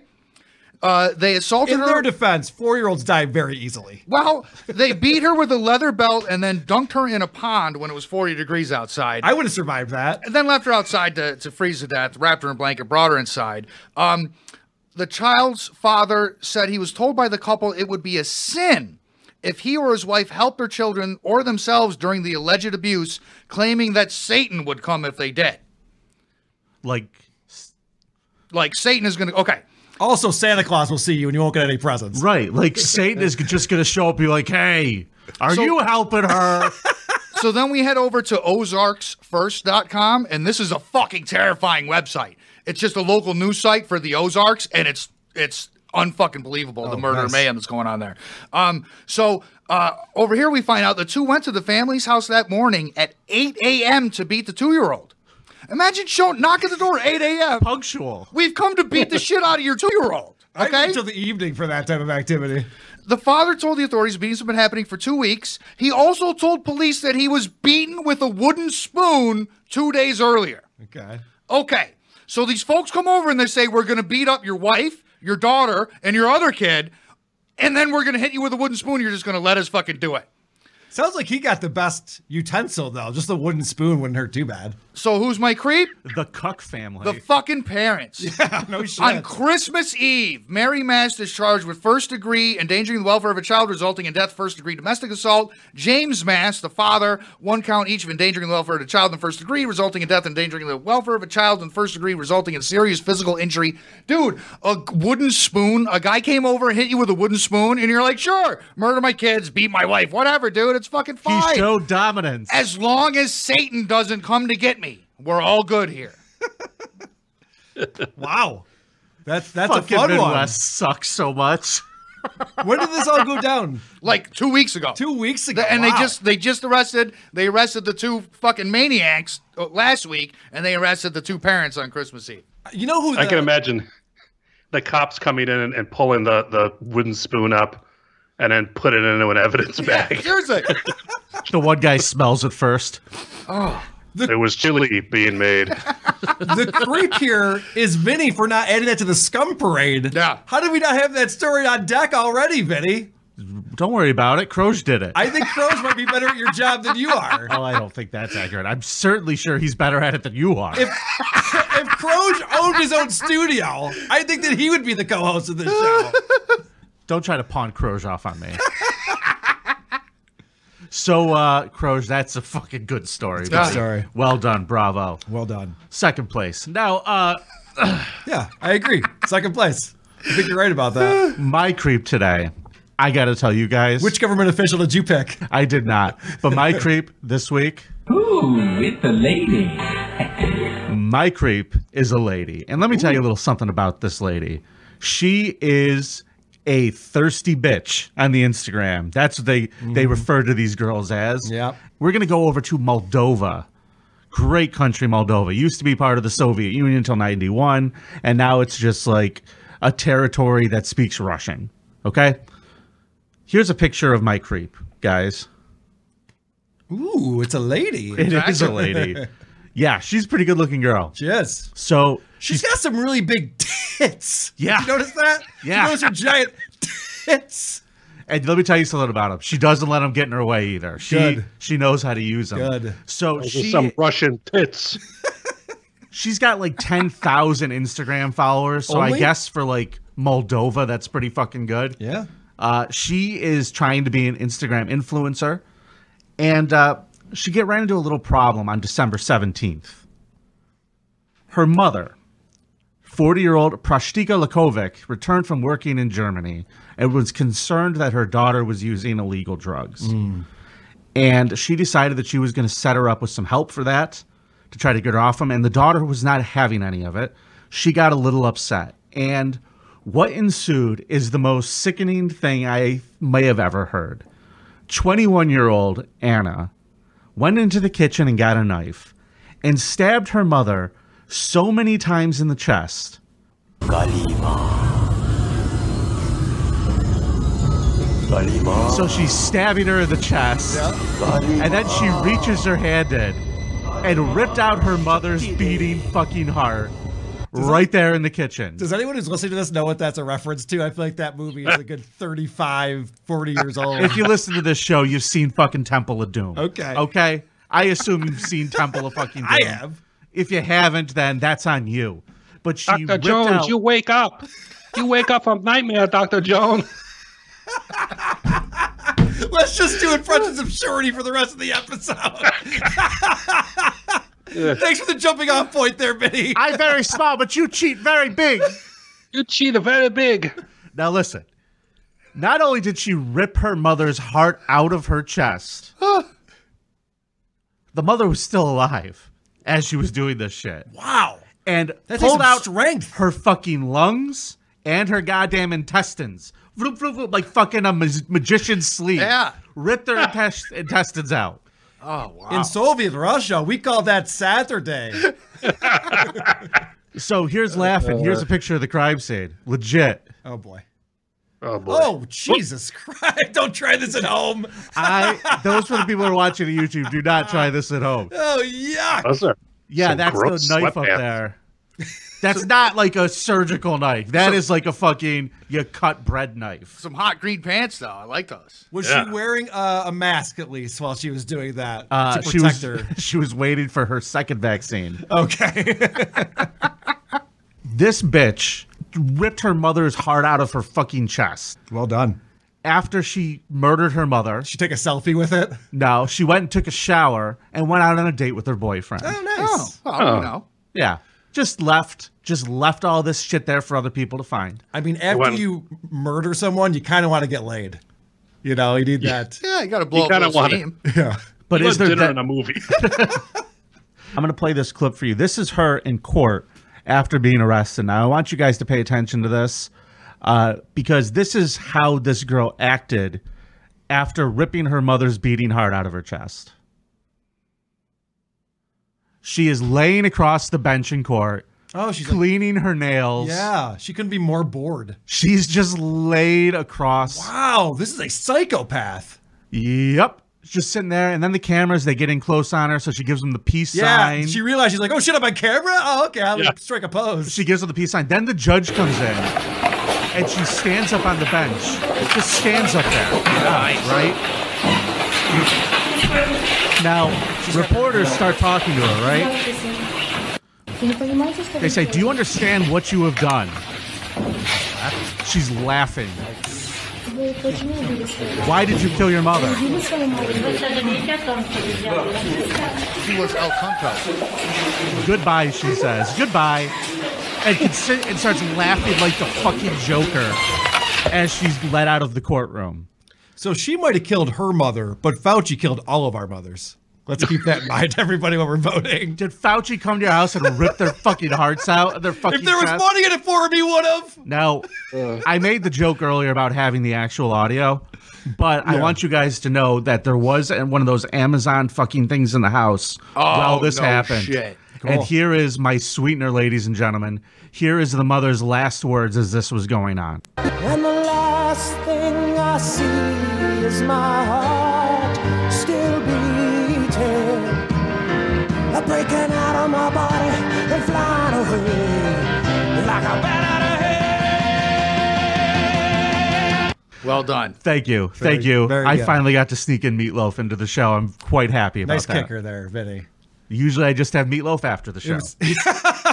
Speaker 6: Uh, they assaulted
Speaker 2: In
Speaker 6: her.
Speaker 2: their defense, four year olds die very easily.
Speaker 6: well, they beat her with a leather belt and then dunked her in a pond when it was 40 degrees outside.
Speaker 2: I would have survived that.
Speaker 6: and then left her outside to, to freeze to death, wrapped her in a blanket, brought her inside. Um, the child's father said he was told by the couple it would be a sin if he or his wife helped their children or themselves during the alleged abuse, claiming that Satan would come if they did.
Speaker 1: Like,
Speaker 6: Like Satan is going to. Okay.
Speaker 2: Also, Santa Claus will see you and you won't get any presents.
Speaker 1: Right. Like, Satan is just going to show up and be like, hey, are
Speaker 6: So-
Speaker 1: you helping her?
Speaker 6: so then we head over to ozarksfirst.com and this is a fucking terrifying website it's just a local news site for the ozarks and it's it's unfucking believable
Speaker 1: Oh,
Speaker 6: the murder
Speaker 14: nice.
Speaker 6: mayhem that's going on there. Um, so uh, over here we find out the two went to the family's house that morning at 8 a.m. to beat the two-year-old. Imagine show knocking the door at 8 a.m.
Speaker 1: Punctual.
Speaker 6: We've come to beat the shit out of your two-year-old.
Speaker 2: I wait until the evening for that type of activity.
Speaker 6: The father told the authorities beatings have been happening for two weeks. He also told police that he was beaten with a wooden spoon two days earlier.
Speaker 2: Okay.
Speaker 6: Okay. So these folks come over and they say, We're going to beat up your wife, your daughter, and your other kid, and then we're going to hit you with a wooden spoon. You're just going to let us fucking do it.
Speaker 2: Sounds like he got the best utensil though. Just the wooden spoon wouldn't hurt too bad.
Speaker 6: So who's my creep?
Speaker 1: The Cuck family.
Speaker 6: The fucking parents. Yeah,
Speaker 2: no shit.
Speaker 6: On Christmas Eve, Mary Mast is charged with first degree endangering the welfare of a child, resulting in death, first degree domestic assault. James Mast, the father, one count each of endangering the welfare of a child in first degree, resulting in death, endangering the welfare of a child in first degree, resulting in serious physical injury. Dude, a wooden spoon. A guy came over and hit you with a wooden spoon, and you're like, sure, murder my kids, beat my wife, whatever, dude. It's fucking
Speaker 1: He
Speaker 6: fine.
Speaker 1: showed dominance.
Speaker 6: As long as Satan doesn't come to get me, we're all good here.
Speaker 2: wow. That's that's
Speaker 1: Fucking
Speaker 2: a fun
Speaker 1: Midwest
Speaker 2: one.
Speaker 1: sucks so much.
Speaker 2: when did this all go down?
Speaker 6: Like two weeks ago.
Speaker 2: Two weeks ago.
Speaker 6: and they
Speaker 2: wow.
Speaker 6: just they just arrested they arrested the two fucking maniacs uh, last week, and they arrested the two parents on Christmas Eve.
Speaker 2: Uh, You know who
Speaker 5: I
Speaker 6: the-
Speaker 5: can imagine the cops coming in and, and pulling the, the wooden spoon up and then put it into an evidence bag.
Speaker 6: Seriously.
Speaker 1: the one guy smells it first.
Speaker 6: oh.
Speaker 5: there was chili being made.
Speaker 2: the creep here is Vinny for not adding that to the scum parade.
Speaker 6: Yeah.
Speaker 2: How did we not have that story on deck already, Vinny?
Speaker 1: Don't worry about it. Croge did it.
Speaker 2: I think Crows might be better at your job than you are.
Speaker 1: well, I don't think that's accurate. I'm certainly sure he's better at it than you are.
Speaker 2: If if Croge owned his own studio, I think that he would be the co-host of this show.
Speaker 1: don't try to pawn Croge off on me. so, uh, Croge, that's a fucking good story.
Speaker 2: It's a good
Speaker 1: buddy.
Speaker 2: story.
Speaker 1: Well done. Bravo.
Speaker 2: Well done.
Speaker 1: Second place. Now, uh,
Speaker 2: yeah, I agree. Second place. I think you're right about that.
Speaker 1: My creep today. I got to tell you guys. Which
Speaker 2: government official did you pick?
Speaker 1: I did not. But my creep this week.
Speaker 4: Ooh, it's a lady.
Speaker 1: My creep is a lady. And let me tell you a little something about this lady. She is a thirsty bitch on the Instagram. That's what they
Speaker 2: Mm-hmm.
Speaker 1: they refer to these girls as. Yeah. We're going to go over to Moldova. Great country Moldova. Used to be part of the Soviet Union until 91 and now it's just like a territory that speaks Russian. Okay? Here's a picture of my creep, guys.
Speaker 2: Ooh, it's a lady.
Speaker 1: It is a lady. Yeah, she's a pretty good looking girl.
Speaker 2: She is.
Speaker 1: So
Speaker 2: She's got some really big tits.
Speaker 1: Yeah.
Speaker 2: You notice that?
Speaker 1: Yeah.
Speaker 2: You notice her giant tits.
Speaker 1: And let me tell you something about him. She doesn't let him get in her way either. She
Speaker 5: Good.
Speaker 1: she knows how to use them. Good. So
Speaker 5: Those are
Speaker 1: she
Speaker 5: some Russian tits.
Speaker 1: she's got like ten thousand Instagram followers. So I
Speaker 5: Only?
Speaker 1: guess for like Moldova, that's pretty fucking good.
Speaker 2: Yeah.
Speaker 1: Uh, she is trying to be an Instagram influencer, and uh, she get ran into a little problem on December seventeenth. Her mother, 40 year old Prashtika Lakovic returned from working in Germany and was concerned that her daughter was using illegal drugs. And she decided that she was going to set her up with some help for that to try to get her off him. And the daughter was not having any of it. She got a little upset. And what ensued is the most sickening thing I may have ever heard. 21 year old Anna went into the kitchen and got a knife and stabbed her mother so many times in the chest. So she's stabbing her in the chest, and then she reaches her hand in and ripped out her mother's beating fucking heart right there in the kitchen.
Speaker 2: Does anyone who's listening to this know what that's a reference to? I feel like that movie is a good 35, 40 years old.
Speaker 1: If you listen to this show, you've seen fucking Temple of Doom.
Speaker 2: Okay.
Speaker 1: Okay. I assume you've seen Temple of fucking Doom.
Speaker 2: I have.
Speaker 1: If you haven't, then that's on you. But she
Speaker 5: Dr.
Speaker 1: ripped
Speaker 5: Jones,
Speaker 1: out-
Speaker 5: you wake up. You wake up from nightmare, Dr. Jones.
Speaker 2: Let's just do impressions of surety for the rest of the episode. Thanks for the jumping off point there, Vinny.
Speaker 1: I very small, but you cheat very big.
Speaker 5: You cheat very big.
Speaker 1: Now listen. Not only did she rip her mother's heart out of her chest, the mother was still alive as she was doing this shit.
Speaker 2: Wow.
Speaker 1: And
Speaker 2: That takes
Speaker 1: pulled
Speaker 2: some
Speaker 1: out strength. her fucking lungs and her goddamn intestines. Vroom, vroom, vroom, like fucking a mag- magician's sleeve.
Speaker 6: Yeah.
Speaker 1: Rip their intest- intestines out.
Speaker 6: Oh, wow.
Speaker 2: In Soviet Russia, we call that Saturday.
Speaker 1: So here's laughing. Here's a picture of the crime scene. Legit.
Speaker 2: Oh boy.
Speaker 5: Oh boy.
Speaker 2: Oh Jesus Christ! Don't try this at home.
Speaker 1: I those for the people who are watching on YouTube, do not try this at home.
Speaker 2: Oh yuck!
Speaker 1: Yeah,
Speaker 2: Some
Speaker 1: that's
Speaker 2: gross
Speaker 1: the knife up
Speaker 2: sweatpants.
Speaker 1: there. That's not like a surgical knife. That is like a fucking you cut bread knife.
Speaker 6: Some hot green pants, though. I Uh, like those.
Speaker 2: Was she
Speaker 1: Yeah.
Speaker 2: wearing a, a mask at least while she was doing that
Speaker 1: Uh,
Speaker 2: to
Speaker 1: she
Speaker 2: protect
Speaker 1: was
Speaker 2: her?
Speaker 1: she was waiting for her second vaccine.
Speaker 2: Okay.
Speaker 1: This bitch ripped her mother's heart out of her fucking chest.
Speaker 2: Well done.
Speaker 1: After she murdered her mother,
Speaker 2: she took a selfie with it.
Speaker 1: No, she went and took a shower and went out on a date with her boyfriend.
Speaker 6: nice. Oh, well, you know.
Speaker 1: Yeah. Just left, just left all this shit there for other people to find.
Speaker 2: I mean, after
Speaker 1: Well-
Speaker 2: you murder someone, you kind of want to get laid. You know, you need that.
Speaker 6: Yeah, you got to blow
Speaker 2: You
Speaker 6: up a
Speaker 2: kinda
Speaker 6: little
Speaker 2: want it.
Speaker 6: steam.
Speaker 2: Yeah.
Speaker 1: But is there that-
Speaker 5: movie?
Speaker 1: I'm going to play this clip for you. This is her in court after being arrested. Now, I want you guys to pay attention to this uh, because this is how this girl acted after ripping her mother's beating heart out of her chest. She is laying across the bench in court.
Speaker 2: Oh, she's
Speaker 1: cleaning her nails.
Speaker 2: Yeah, she couldn't be more bored.
Speaker 1: She's just laid across.
Speaker 2: Wow, this is a psychopath.
Speaker 1: Yep. She's Just sitting there, and then the cameras they get in close on her, so she gives them the peace
Speaker 2: Yeah,
Speaker 1: sign.
Speaker 2: she realized she's like, oh shit, I'm on camera. Oh, okay, I'll
Speaker 1: Yeah.
Speaker 2: strike a pose.
Speaker 1: She gives her the peace sign. Then the judge comes in, and she stands up on the bench. Just stands up there, right? Now reporters start talking to her, right? They say, "Do you understand what you have done?" She's laughing. Why did you kill your mother?
Speaker 6: She was El Campo.
Speaker 1: Goodbye, she says. Goodbye. And, can sit and starts laughing like the fucking Joker as she's let out of the courtroom.
Speaker 2: So she might have killed her mother, but Fauci killed all of our mothers. Let's keep that in mind, everybody, when we're voting.
Speaker 1: Did Fauci come to your house and rip their fucking hearts out? Their fucking
Speaker 2: If there was
Speaker 1: chest?
Speaker 2: money in it for him, he would have.
Speaker 1: Now, I made the joke earlier about having the actual audio, but I
Speaker 2: Yeah.
Speaker 1: want you guys to know that there was an- one of those Amazon fucking things in the house
Speaker 6: Oh,
Speaker 1: while this
Speaker 6: no
Speaker 1: happened.
Speaker 6: shit.
Speaker 1: And
Speaker 6: Cool.
Speaker 1: here is my sweetener, ladies and gentlemen. Here is the mother's last words as this was going on.
Speaker 10: And the last thing I see is my heart still beating. I'm breaking out of my body and flying away like a bat out of
Speaker 6: Well done.
Speaker 1: Thank you.
Speaker 2: Very-
Speaker 1: Thank you.
Speaker 2: very
Speaker 1: I
Speaker 2: good.
Speaker 1: finally got to sneak in Meatloaf into the show. I'm quite happy about
Speaker 2: Nice
Speaker 1: that.
Speaker 2: kicker there, Vinny.
Speaker 1: Usually I just have Meatloaf after the show.
Speaker 2: was-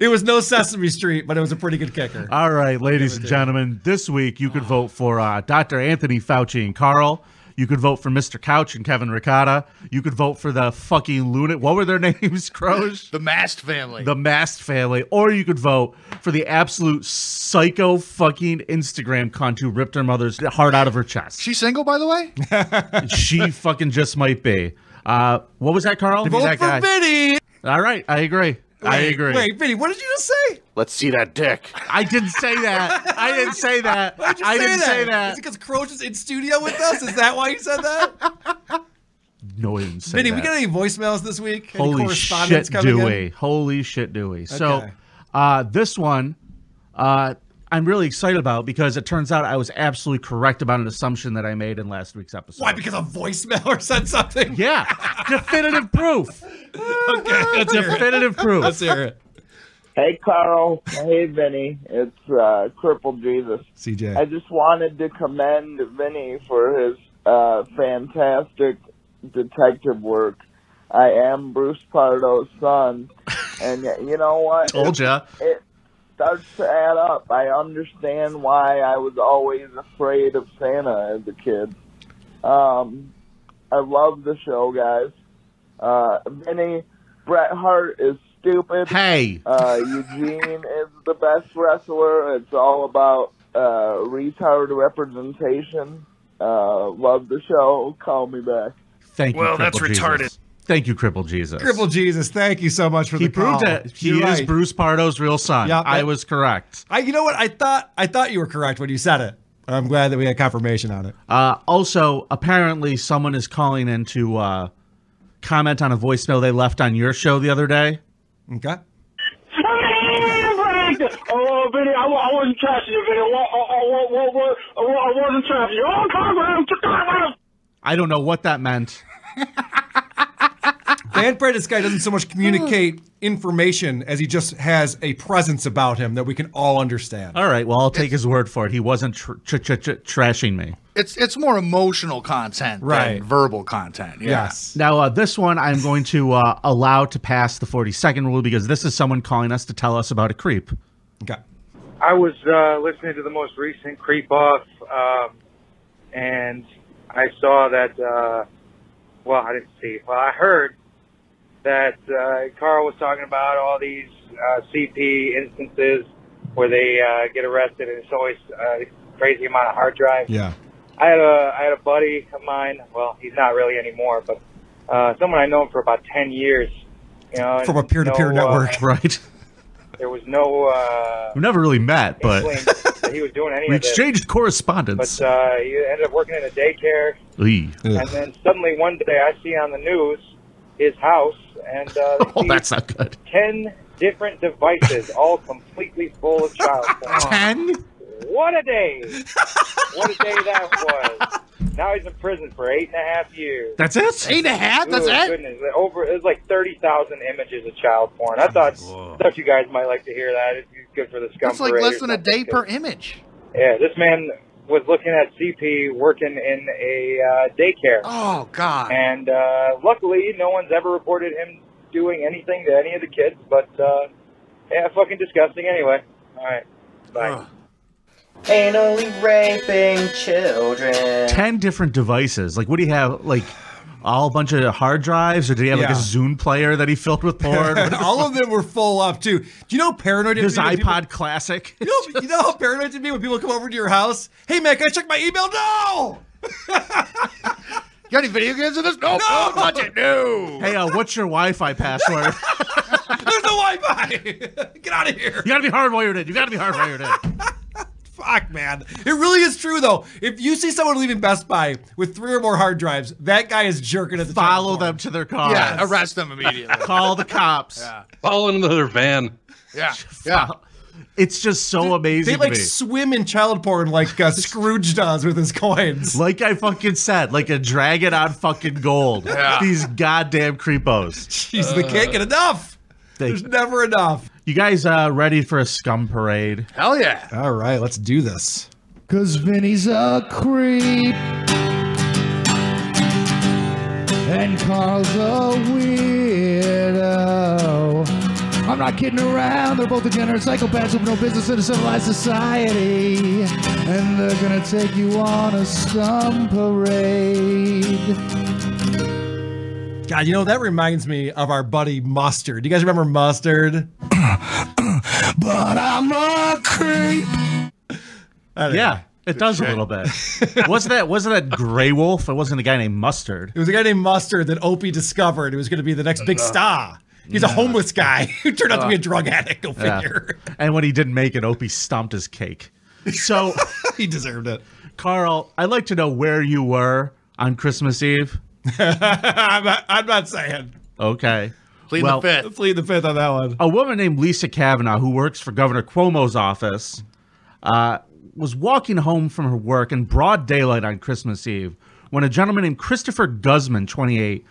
Speaker 2: It was no Sesame Street, but it was a pretty good kicker.
Speaker 1: All right, ladies and gentlemen, this week you could vote for uh, Dr. Anthony Fauci and Carl. You could vote for Mr. Couch and Kevin Ricotta. You could vote for the fucking lunatic. What were their names, Croge?
Speaker 6: The Mast family.
Speaker 1: the Mast family. Or you could vote for the absolute psycho fucking Instagram cunt who ripped her mother's heart out of her chest.
Speaker 6: She single, by the way?
Speaker 1: she fucking just might be. Uh, what was that, Carl?
Speaker 6: Vote
Speaker 1: that
Speaker 6: for
Speaker 2: Vinny.
Speaker 1: All right, I agree. I
Speaker 2: Wait,
Speaker 1: agree.
Speaker 2: Wait, Vinny, what did you just say?
Speaker 1: Let's see that dick. I didn't say that. I didn't say that.
Speaker 2: Why'd you
Speaker 1: I
Speaker 2: say
Speaker 1: didn't
Speaker 2: that?
Speaker 1: say
Speaker 2: Is
Speaker 1: that.
Speaker 2: it because Croach is in studio with us? Is that why you said that?
Speaker 1: No, I didn't say
Speaker 2: Vinny,
Speaker 1: that.
Speaker 2: we got any voicemails this week? Any
Speaker 1: Holy
Speaker 2: correspondence
Speaker 1: shit,
Speaker 2: coming
Speaker 1: do
Speaker 2: in?
Speaker 1: we? Holy shit, do we? So,
Speaker 2: Okay.
Speaker 1: uh, this one, uh, I'm really excited about because it turns out I was absolutely correct about an assumption that I made in last week's episode.
Speaker 2: Why? Because a voicemail or said something?
Speaker 1: Yeah. Definitive proof.
Speaker 2: okay. Let's hear it.
Speaker 1: Definitive proof.
Speaker 2: Let's hear it.
Speaker 7: Hey, Carl. Hey, Vinny. It's uh, Crippled Jesus.
Speaker 2: CJ.
Speaker 7: I just wanted to commend Vinny for his uh, fantastic detective work. I am Bruce Pardo's son, and y- you know what?
Speaker 1: Told ya.
Speaker 7: It starts to add up. I understand why I was always afraid of Santa as a kid. Um, I love the show, guys. Uh, Vinny, Bret Hart is stupid.
Speaker 1: Hey.
Speaker 7: Uh, Eugene is the best wrestler. It's all about uh, retard representation. Uh, love the show. Call me back.
Speaker 1: Thank you.
Speaker 7: Well, that's
Speaker 1: Cripple Jesus.
Speaker 7: retarded.
Speaker 1: Thank you, Cripple Jesus.
Speaker 2: Cripple Jesus, thank you so much for
Speaker 1: He
Speaker 2: the call.
Speaker 1: proved that he
Speaker 2: You're
Speaker 1: is
Speaker 2: right.
Speaker 1: Bruce Pardo's real son.
Speaker 2: Yeah,
Speaker 1: I
Speaker 2: that-
Speaker 1: was correct.
Speaker 2: I, you know what? I thought I thought you were correct when you said it. I'm glad that we had confirmation on it.
Speaker 1: Uh, also, apparently, someone is calling in to uh, comment on a voicemail they left on your show the other day.
Speaker 2: Okay.
Speaker 8: Oh, Vinny, I, wa- I wasn't trashing you, Vinny. I, wa- I, wa- wa- wa- I, wa- I wasn't trashing you. Oh, come around, come around.
Speaker 1: I don't know what that meant.
Speaker 2: Dan This guy doesn't so much communicate information as he just has a presence about him that we can all understand.
Speaker 1: All right, well, I'll take his word for it. He wasn't tr- tr- tr- tr- trashing me.
Speaker 6: It's it's more emotional content
Speaker 1: Right.
Speaker 6: than verbal content. Yeah.
Speaker 1: Now, uh, this one I'm going to uh, allow to pass the 40 second rule because this is someone calling us to tell us about a creep.
Speaker 2: Okay.
Speaker 22: I was uh, listening to the most recent Creep Off, um, and I saw that. Uh, well, I didn't see. Well, I heard that uh, Carl was talking about all these uh, CP instances where they uh, get arrested, and it's always uh, a crazy amount of hard drives.
Speaker 2: Yeah.
Speaker 22: I had a I had a buddy of mine. Well, he's not really anymore, but uh, someone I known for about ten years. You know, and
Speaker 1: From a peer-to-peer
Speaker 22: no, uh,
Speaker 1: network. Right.
Speaker 22: there was no. Uh,
Speaker 1: We've never really met, but
Speaker 22: inkling that he was doing any
Speaker 1: we
Speaker 22: of this.
Speaker 1: exchanged correspondence.
Speaker 22: But uh, he ended up working in a daycare,
Speaker 1: Eee.
Speaker 22: and then suddenly one day I see on the news his house, and uh, they
Speaker 1: Oh,
Speaker 22: see
Speaker 1: that's not good.
Speaker 22: ten different devices, all completely full of child porn.
Speaker 1: Ten?
Speaker 22: What a day! What a day that was. Now he's in prison for eight and a half years.
Speaker 1: That's it? Eight and a half? That's
Speaker 22: Ooh,
Speaker 1: it?
Speaker 22: Goodness. Over, it was like thirty thousand images of child
Speaker 1: Oh
Speaker 22: porn. I thought, thought you guys might like to hear that. It's good for the scum.
Speaker 6: That's like
Speaker 22: parade or
Speaker 6: less than a
Speaker 22: something,
Speaker 6: day
Speaker 22: 'cause-
Speaker 6: per image.
Speaker 22: yeah, this man was looking at CP working in a uh, daycare.
Speaker 6: Oh God!
Speaker 22: And uh, luckily, no one's ever reported him doing anything to any of the kids. But uh, yeah, fucking disgusting. Anyway, all right, bye.
Speaker 23: Anally raping children.
Speaker 1: 10 different devices. Like, what do you have? Like, all a bunch of hard drives, or did he have like a
Speaker 2: Yeah.
Speaker 1: Zune player that he filled with porn?
Speaker 2: all of them were full up too. Do you know how paranoid?
Speaker 1: His iPod
Speaker 2: Classic. You know, you know how paranoid to be when people come over to your house. Hey man, can I check my email? No.
Speaker 6: you got any video games in this? No. Don't touch it. No.
Speaker 1: Hey, uh, what's your Wi-Fi password?
Speaker 2: There's no Wi-Fi. Get out of here.
Speaker 1: You gotta be hardwired in. You gotta be hardwired in.
Speaker 2: Fuck, man. It really is true though. If you see someone leaving Best Buy with three or more hard drives, that guy is jerking at the Follow them
Speaker 1: to their
Speaker 2: car.
Speaker 6: Yeah, arrest them immediately.
Speaker 1: Call the cops.
Speaker 6: Yeah.
Speaker 5: Follow into their van.
Speaker 6: Yeah. Yeah.
Speaker 1: It's just so amazing.
Speaker 2: They like
Speaker 1: to me.
Speaker 2: swim in child porn like uh, Scrooge does with his coins.
Speaker 1: Like I fucking said, like a dragon on fucking gold.
Speaker 2: Yeah.
Speaker 1: These goddamn creepos.
Speaker 2: Jeez, they can't get enough. There's never enough.
Speaker 1: You guys uh, ready for a scum parade?
Speaker 6: Hell yeah.
Speaker 2: All right, let's do this.
Speaker 24: Cause Vinny's a creep. And Carl's a weirdo. I'm not kidding around. They're both degenerate psychopaths with no business in a civilized society. And they're gonna take you on a scum parade.
Speaker 2: God, you know, that reminds me of our buddy Mustard. You guys remember Mustard?
Speaker 24: but I'm a creep.
Speaker 1: Yeah, it does a little bit. wasn't that wasn't that Grey Wolf? It wasn't a guy named Mustard.
Speaker 2: It was a guy named Mustard that Opie discovered who was going to be the next big star. He's a homeless guy who turned out to be a drug addict. Go
Speaker 1: Uh, Yeah.
Speaker 2: figure.
Speaker 1: And when he didn't make it, Opie stomped his cake. So
Speaker 2: he deserved it.
Speaker 1: Carl, I'd like to know where you were on Christmas Eve.
Speaker 2: I'm, not, I'm not saying.
Speaker 1: Okay.
Speaker 2: Plead the fifth on that one.
Speaker 1: A woman named Lisa Kavanaugh, who works for Governor Cuomo's office, uh, was walking home from her work in broad daylight on Christmas Eve when a gentleman named Christopher Guzman, 28,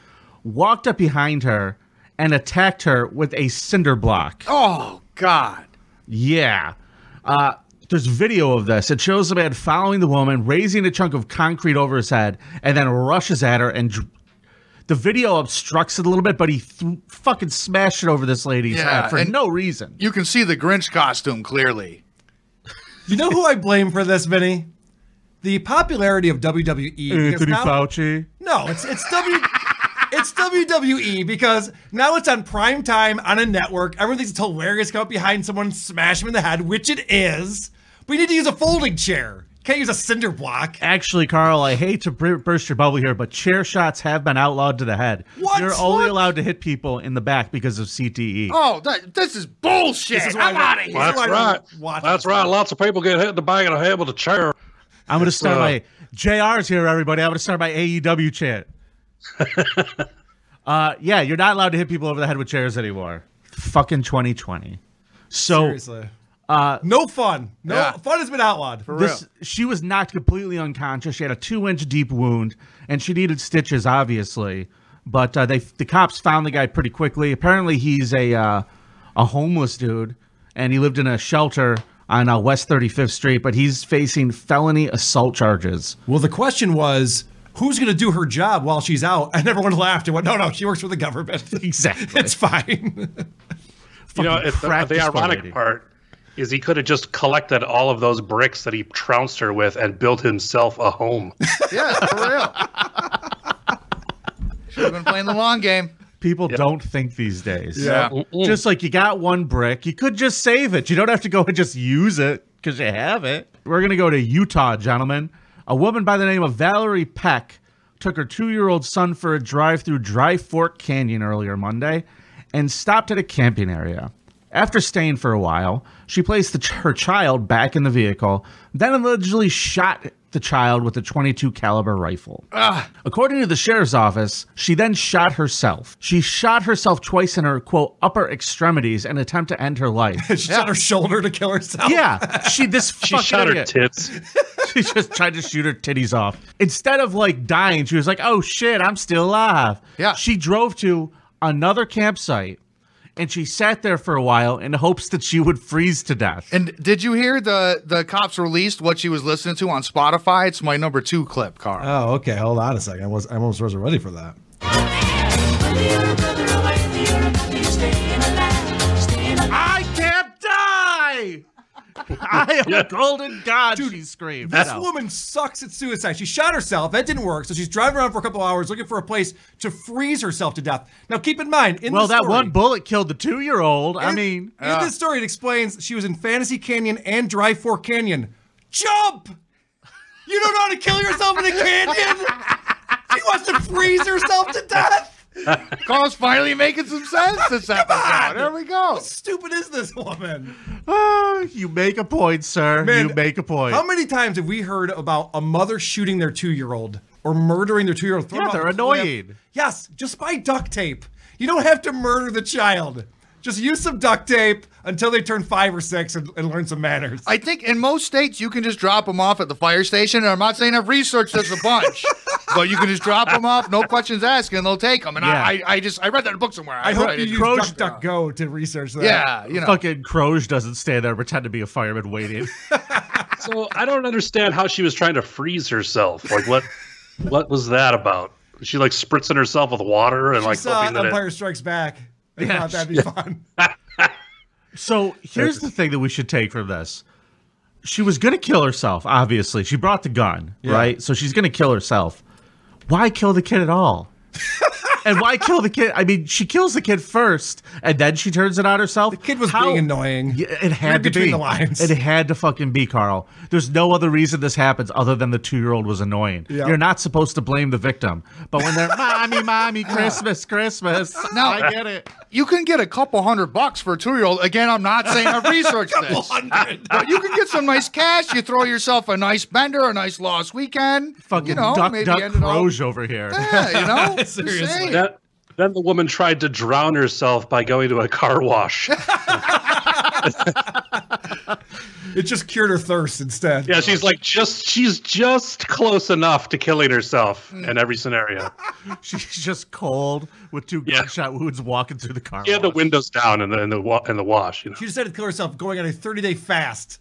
Speaker 1: walked up behind her and attacked her with a cinder block.
Speaker 6: Oh God.
Speaker 1: Yeah. Uh, there's video of this. It shows the man following the woman, raising a chunk of concrete over his head, and then rushes at her. And dr- the video obstructs it a little bit, but he th- fucking smashed it over this lady's head for
Speaker 6: and
Speaker 1: no reason.
Speaker 6: You can see the Grinch costume clearly.
Speaker 2: You know who I blame for this, Vinny? The popularity of WWE. because now-
Speaker 1: Fauci.
Speaker 2: No, it's it's W. It's WWE because now it's on prime time on a network. Everyone thinks it's hilarious. Come up behind someone, and smash them in the head, which it is. But you need to use a folding chair. Can't use a cinder block.
Speaker 1: Actually, Carl, I hate to br- burst your bubble here, but chair shots have been outlawed to the head.
Speaker 6: What?
Speaker 1: You're only
Speaker 6: What?
Speaker 1: allowed to hit people in the back because of E. CTE.
Speaker 6: Oh, that, this is bullshit.
Speaker 1: This is why
Speaker 6: I'm
Speaker 1: I-
Speaker 6: out of here.
Speaker 1: That's
Speaker 6: This is why I
Speaker 1: right.
Speaker 6: don't watch
Speaker 5: That's
Speaker 6: this.
Speaker 5: right. Lots of people get hit in the back of the head with a chair.
Speaker 1: I'm going to start
Speaker 5: Uh,
Speaker 1: my JR's here, everybody. I'm going to start my AEW chant. uh, yeah, you're not allowed to hit people over the head with chairs anymore. Fucking 2020. So
Speaker 2: Seriously.
Speaker 1: Uh,
Speaker 2: no fun. No
Speaker 1: Yeah.
Speaker 2: fun has been outlawed.
Speaker 1: this, she was knocked completely unconscious. She had a two-inch deep wound, and she needed stitches, obviously. But uh, they the cops found the guy pretty quickly. Apparently, he's a uh, a homeless dude, and he lived in a shelter on uh, West 35th Street. But he's facing felony assault charges.
Speaker 2: Well, the question was who's going to do her job while she's out? And everyone laughed and went, no, no, she works for the government.
Speaker 1: Exactly.
Speaker 2: It's fine.
Speaker 5: You know,
Speaker 2: Fucking
Speaker 5: it's the,
Speaker 2: practice
Speaker 5: the ironic
Speaker 2: already.
Speaker 5: part is he could have just collected all of those bricks that he trounced her with and built himself a home.
Speaker 6: Yeah, for real. Should have been playing the long game.
Speaker 1: People don't think these days.
Speaker 6: Yeah. Mm-mm.
Speaker 1: Just like you got one brick, you could just save it. You don't have to go and just use it because you have it. We're going to go to Utah, gentlemen. A woman by the name of Valerie Peck took her two year old son for a drive through Dry Fork Canyon earlier Monday and stopped at a camping area. After staying for a while, she placed the, her child back in the vehicle, then allegedly shot the child with a 22 caliber rifle.
Speaker 2: Ah.
Speaker 1: According to the sheriff's office, she then shot herself. She shot herself twice in her quote upper extremities in an attempt to end her life.
Speaker 2: she shot her shoulder to kill herself.
Speaker 1: Yeah, she this
Speaker 2: She
Speaker 1: fucking
Speaker 2: shot her
Speaker 1: idiot.
Speaker 5: tits.
Speaker 1: she just tried to shoot her titties off. Instead of like dying, she was like, "Oh shit, I'm still alive." Yeah. She drove to another campsite and she sat there for a while in hopes that she would freeze to death.
Speaker 6: And did you hear the the cops released what she was listening to on Spotify? It's my number two clip, Carl.
Speaker 2: Oh, okay. Hold on a second. I, was, I almost wasn't ready for that.
Speaker 1: I can't die. I am a golden god. she screamed.
Speaker 2: This
Speaker 1: No.
Speaker 2: woman sucks at suicide. She shot herself. That didn't work. So she's driving around for a couple hours looking for a place to freeze herself to death. Now, keep in mind, in
Speaker 1: well,
Speaker 2: the
Speaker 1: that
Speaker 2: story,
Speaker 1: one bullet killed the two-year-old. I
Speaker 2: In-
Speaker 1: mean, uh.
Speaker 2: in this story, it explains she was in Fantasy Canyon and Dry Fork Canyon. Jump! You don't know how to kill yourself in a canyon. she wants to freeze herself to death.
Speaker 6: Carl's finally making some sense this episode. There we go. How
Speaker 2: stupid is this woman?
Speaker 1: Ah, you make a point, sir.
Speaker 2: Man,
Speaker 1: you make a point.
Speaker 2: How many times have we heard about a mother shooting their two-year-old or murdering their two-year-old? throwing
Speaker 1: Yeah,
Speaker 2: out
Speaker 1: they're
Speaker 2: the cliff?
Speaker 1: annoying.
Speaker 2: Yes, just by duct tape. You don't have to murder the child. Just use some duct tape until they turn five or six and, and learn some manners.
Speaker 6: I think in most states you can just drop them off at the fire station. And I'm not saying I've researched this a bunch, but you can just drop them off, no questions asked, and they'll take them. And I, I,
Speaker 1: Yeah.
Speaker 6: I just I read that in a book somewhere.
Speaker 2: I hope
Speaker 6: read
Speaker 2: you
Speaker 6: it.
Speaker 2: use DuckDuckGo to research that.
Speaker 6: Yeah, you know.
Speaker 1: Fucking Croge doesn't stand there and pretend to be a fireman waiting.
Speaker 5: so I don't understand how she was trying to freeze herself. Like what? what was that about? Was She like spritzing herself with water and
Speaker 2: She
Speaker 5: like
Speaker 6: uh,
Speaker 2: saw
Speaker 5: hoping that it-
Speaker 2: Empire Strikes Back. I
Speaker 1: Yeah,
Speaker 2: thought that'd be
Speaker 1: yeah.
Speaker 2: fun.
Speaker 1: so here's the thing that we should take from this. She was gonna kill herself, obviously. She brought the gun,
Speaker 2: Yeah.
Speaker 1: right? So she's gonna kill herself. Why kill the kid at all? and why kill the kid? I mean, she kills the kid first, and then she turns it on herself. The kid
Speaker 2: was being annoying.
Speaker 1: It had to
Speaker 2: between
Speaker 1: be.
Speaker 2: the lines.
Speaker 1: It had to fucking be, Carl. There's no other reason this happens other than the two year old was annoying.
Speaker 6: Yeah.
Speaker 1: You're not supposed to blame the victim, but when they're mommy, mommy, Christmas, Christmas.
Speaker 6: Now,
Speaker 1: I get it.
Speaker 6: You can get a couple hundred bucks for a two-year-old. Again, I'm not saying I've researched
Speaker 1: Couple
Speaker 6: this. But you can get some nice cash. You throw yourself a nice bender, a nice lost weekend.
Speaker 1: fucking
Speaker 6: you know,
Speaker 1: duck
Speaker 6: maybe
Speaker 1: duck
Speaker 6: end it all-
Speaker 1: croge over here.
Speaker 6: Yeah, you know? Just saying.
Speaker 5: That- then the woman tried to drown herself by going to a car wash.
Speaker 2: It just cured her thirst instead.
Speaker 5: Yeah, she's like just she's just close enough to killing herself in every scenario.
Speaker 1: She's just cold with two gunshot wounds walking through the car.
Speaker 5: Yeah, the windows down and the and the wa- and the wash. You know.
Speaker 2: She decided to kill herself going on a 30 day fast.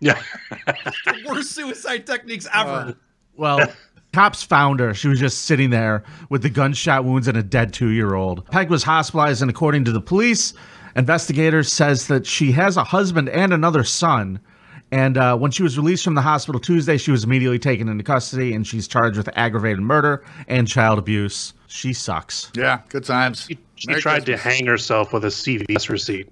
Speaker 5: Yeah.
Speaker 2: The worst suicide techniques
Speaker 5: Oh,
Speaker 2: ever.
Speaker 1: Well, cops found her. She was just sitting there with the gunshot wounds and a dead two year old. Peg was hospitalized, and according to the police, investigator says that she has a husband and another son. And uh, when she was released from the hospital Tuesday, she was immediately taken into custody, and she's charged with aggravated murder and child abuse. She sucks.
Speaker 6: Yeah, good times.
Speaker 5: She tried to hang herself with a CVS receipt.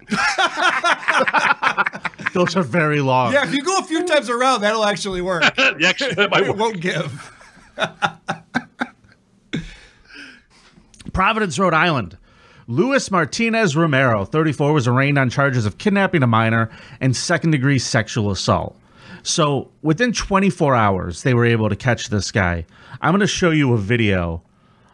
Speaker 1: Those are very long.
Speaker 2: Yeah, if you go a few times around, that'll actually work.
Speaker 5: actually, that
Speaker 1: might
Speaker 2: it won't give.
Speaker 1: Providence, Rhode Island. Luis Martinez Romero, 34, was arraigned on charges of kidnapping a minor and second degree sexual assault. So within 24 hours, they were able to catch this guy. I'm going to show you a video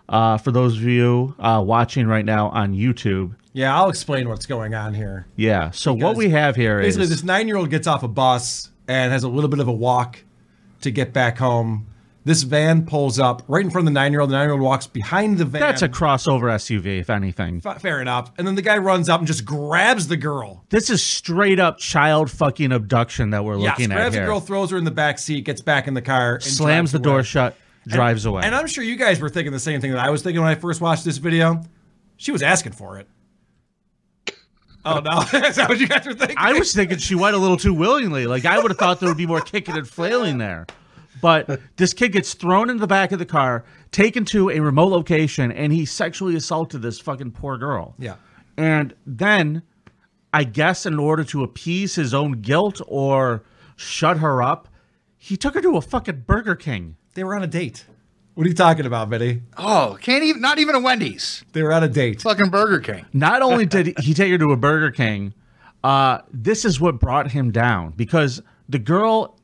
Speaker 1: uh, for those of you uh, watching right now on YouTube.
Speaker 2: Yeah, I'll explain what's going on here.
Speaker 1: Yeah. So what we have here is
Speaker 2: Basically, this nine year old gets off a bus and has a little bit of a walk to get back home. This van pulls up right in front of the nine year old. The nine year old walks behind the van.
Speaker 1: that's a crossover SUV, if anything.
Speaker 2: F- fair enough. And then the guy runs up and just grabs the girl.
Speaker 1: This is straight up child fucking abduction that we're
Speaker 2: Yes,
Speaker 1: looking at
Speaker 2: grabs
Speaker 1: here.
Speaker 2: the girl, throws her in the back seat, gets back in the car, and
Speaker 1: Slams
Speaker 2: drives
Speaker 1: the
Speaker 2: away.
Speaker 1: door shut, drives away.
Speaker 2: And I'm sure you guys were thinking the same thing that I was thinking when I first watched this video. She was asking for it. Oh no, is that what you guys were thinking?
Speaker 1: I was thinking she went a little too willingly. Like I would have thought there would be more kicking and flailing there. But this kid gets thrown into the back of the car, taken to a remote location, and he sexually assaulted this fucking poor girl.
Speaker 2: Yeah.
Speaker 1: And then I guess in order to appease his own guilt or shut her up, he took her to a fucking Burger King.
Speaker 2: They were on a date. What are you talking about, Vinny?
Speaker 6: Oh, can't even not even a Wendy's.
Speaker 2: They were on a date.
Speaker 6: Fucking Burger King.
Speaker 1: Not only did he take her to a Burger King, uh, this is what brought him down because the girl,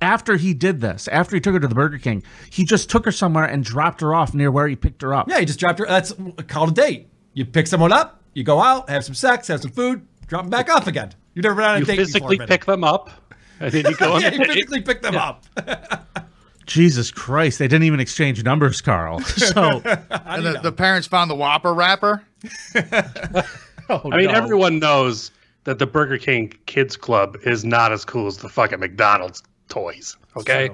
Speaker 1: after he did this, after he took her to the Burger King, he just took her somewhere and dropped her off near where he picked her up.
Speaker 2: Yeah, he just dropped her. That's called a date. You pick someone up, you go out, have some sex, have some food, drop them back off again. You've never been on a
Speaker 5: You
Speaker 2: date
Speaker 5: physically
Speaker 2: before. Vinny.
Speaker 5: pick them up, and then you go on
Speaker 2: yeah,
Speaker 5: a
Speaker 2: you
Speaker 5: date.
Speaker 2: physically pick them up.
Speaker 1: Jesus Christ, they didn't even exchange numbers, Carl. So
Speaker 6: And the, the parents found the Whopper wrapper.
Speaker 5: I mean,
Speaker 1: Oh, no.
Speaker 5: everyone knows that the Burger King Kids Club is not as cool as the fucking McDonald's toys. Okay.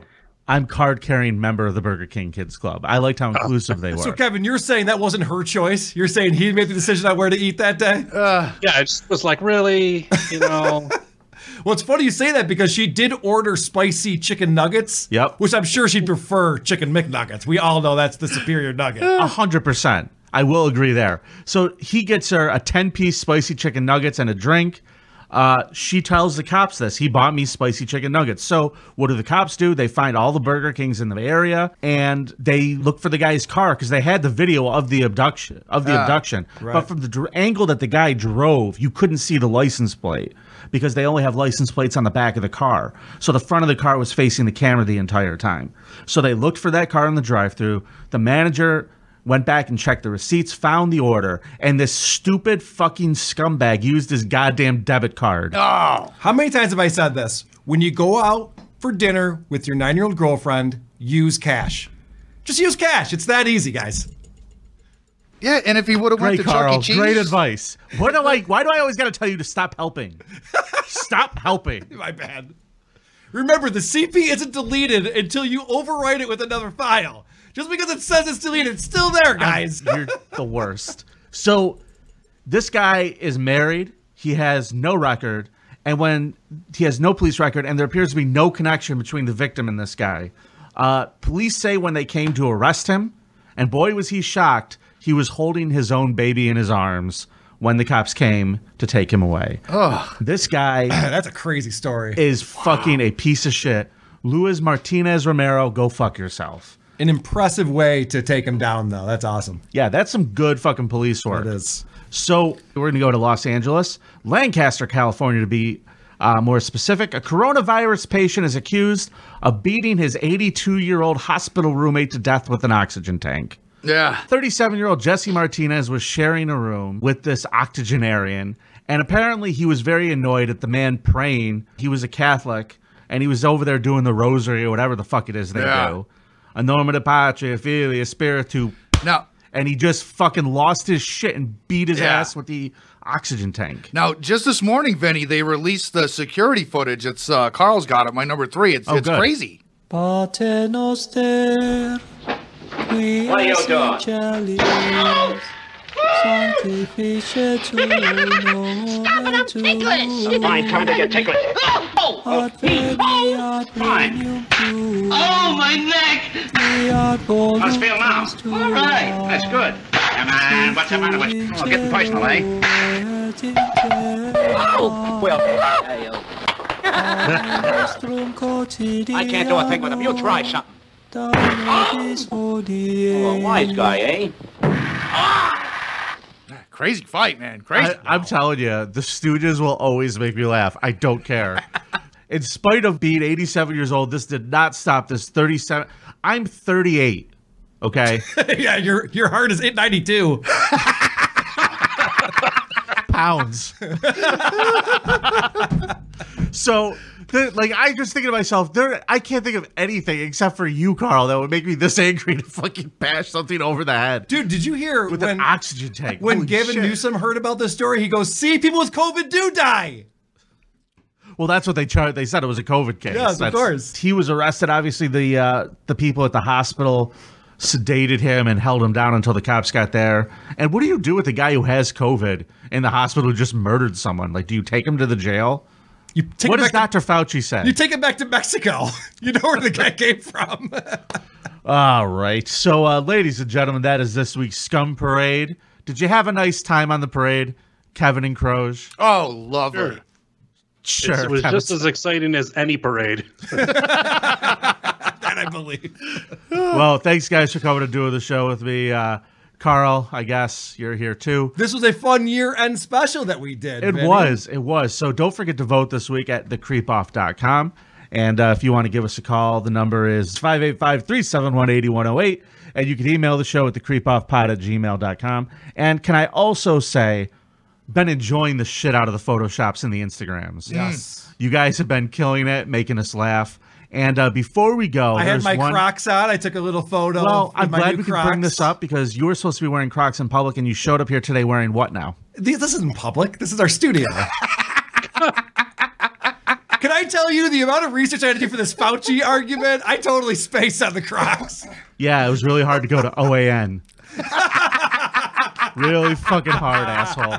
Speaker 1: I'm card carrying member of the Burger King Kids Club. I liked
Speaker 2: Oh,
Speaker 1: how inclusive they were.
Speaker 2: So Kevin, you're saying that wasn't her choice. You're saying he made the decision on where to eat that day.
Speaker 1: Uh.
Speaker 5: yeah, I just was like, really, you know.
Speaker 2: well, it's funny you say that because she did order spicy chicken nuggets.
Speaker 1: Yep.
Speaker 2: Which I'm sure she'd prefer chicken McNuggets. We all know that's the superior nugget.
Speaker 1: A hundred percent. I will agree there. So he gets her a ten-piece spicy chicken nuggets and a drink. Uh, she tells the cops this. He bought me spicy chicken nuggets. So what do the cops do? They find all the Burger Kings in the area and they look for the guy's car because they had the video of the abduction of the
Speaker 3: Ah,
Speaker 1: abduction.
Speaker 3: right.
Speaker 1: But from the dr- angle that the guy drove, you couldn't see the license plate because they only have license plates on the back of the car. So the front of the car was facing the camera the entire time. So they looked for that car in the drive-through. The manager went back and checked the receipts, found the order, and this stupid fucking scumbag used his goddamn debit card.
Speaker 2: Oh. How many times have I said this? When you go out for dinner with your nine year old girlfriend, use cash. Just use cash. It's that easy, guys.
Speaker 6: Yeah, and if he would have went
Speaker 1: Great,
Speaker 6: to
Speaker 1: Carl.
Speaker 6: Chuck E. Cheese,
Speaker 1: Great advice. What do I? Why do I always got to tell you to stop helping? stop helping.
Speaker 2: My bad. Remember, the CP isn't deleted until you overwrite it with another file. Just because it says it's deleted, it's still there, guys.
Speaker 1: You're the worst. So this guy is married. He has no record. And when he has no police record, and there appears to be no connection between the victim and this guy, uh, police say when they came to arrest him, and boy was he shocked, he was holding his own baby in his arms when the cops came to take him away.
Speaker 2: Ugh.
Speaker 1: This guy
Speaker 2: That's a crazy story.
Speaker 1: is fucking a piece of shit. Luis Martinez Romero, go fuck yourself.
Speaker 2: An impressive way to take him down, though. That's awesome.
Speaker 1: Yeah, that's some good fucking police work. It
Speaker 2: is.
Speaker 1: So we're going to go to Los Angeles, Lancaster, California, to be uh, more specific. A coronavirus patient is accused of beating his 82 year old hospital roommate to death with an oxygen tank.
Speaker 6: Yeah.
Speaker 1: 37 year old Jesse Martinez was sharing a room with this octogenarian, and apparently he was very annoyed at the man praying. He was a Catholic, and he was over there doing the rosary or whatever the fuck it is they
Speaker 6: Yeah.
Speaker 1: do. A norma de patria, filia, spiritu.
Speaker 6: No.
Speaker 1: And he just fucking lost his shit and beat his
Speaker 6: Yeah.
Speaker 1: ass with the oxygen tank.
Speaker 6: Now, just this morning, Vinny, they released the security footage. It's uh, Carl's got it. My number three. It's,
Speaker 1: Oh,
Speaker 6: it's
Speaker 1: good.
Speaker 6: crazy.
Speaker 10: Paternoster, qui
Speaker 6: Play your
Speaker 10: es in
Speaker 6: dog.
Speaker 10: celis, sanctificetur nomen tuum.
Speaker 9: Fine, time to get ticklish. Oh, oh, oh, oh, fine. Oh, my neck! Must feel now. All right, that's good. Come on, what's the matter with you? Oh, getting personal, eh?
Speaker 3: you will fail. I can't do a thing with him. You try something. Oh, a wise guy, eh?
Speaker 6: Crazy fight, man. Crazy.
Speaker 1: I, I'm telling you, the Stooges will always make me laugh. I don't care. In spite of being 87 years old, this did not stop this 37. I'm 38. Okay.
Speaker 2: yeah, your your heart is 892.
Speaker 1: Pounds. so, the, like, I was thinking to myself, there. I can't think of anything except for you, Carl, that would make me this angry to fucking bash something over the head.
Speaker 2: Dude, did you hear
Speaker 1: with
Speaker 2: when
Speaker 1: an oxygen tank?
Speaker 2: when
Speaker 1: Holy
Speaker 2: Gavin
Speaker 1: shit.
Speaker 2: Newsom heard about this story? He goes, "See, people with COVID do die."
Speaker 1: Well, that's what they tried. They said it was a COVID case.
Speaker 2: Yes, of
Speaker 1: That's-
Speaker 2: course.
Speaker 1: He was arrested. Obviously, the uh, the people at the hospital sedated him and held him down until the cops got there. And what do you do with a guy who has COVID in the hospital who just murdered someone? Like, do you take him to the jail?
Speaker 2: You
Speaker 1: what does Dr. Fauci say?
Speaker 2: You take it back to Mexico. You know where the guy came from.
Speaker 1: All right. So, uh, ladies and gentlemen, that is this week's Scum Parade. Did you have a nice time on the parade, Kevin and Croge?
Speaker 6: Oh, love her.
Speaker 1: Sure.
Speaker 5: It was
Speaker 1: Kevin.
Speaker 5: just as exciting as any parade.
Speaker 2: that I believe. Oh.
Speaker 1: well, thanks guys for coming to do the show with me. Uh, Carl, I guess you're here too.
Speaker 2: This was a fun year-end special that we did.
Speaker 1: It
Speaker 2: Vinny.
Speaker 1: was. It was. So don't forget to vote this week at thecreepoff.com. And uh, if you want to give us a call, the number is 585 371 8108. And you can email the show at thecreepoffpod at gmail.com. And can I also say, been enjoying the shit out of the Photoshops and the Instagrams.
Speaker 2: Yes.
Speaker 1: You guys have been killing it, making us laugh. And uh, before we go,
Speaker 2: I had
Speaker 1: there's
Speaker 2: my
Speaker 1: one-
Speaker 2: Crocs on. I took a little photo.
Speaker 1: Well,
Speaker 2: with
Speaker 1: I'm
Speaker 2: my
Speaker 1: glad
Speaker 2: new
Speaker 1: we could
Speaker 2: Crocs.
Speaker 1: bring this up because you were supposed to be wearing Crocs in public and you showed up here today wearing what now?
Speaker 2: These- This isn't public. This is our studio. Can I tell you the amount of research I had to do for this Fauci argument? I totally spaced on the Crocs.
Speaker 1: Yeah, it was really hard to go to OAN. really fucking hard, asshole.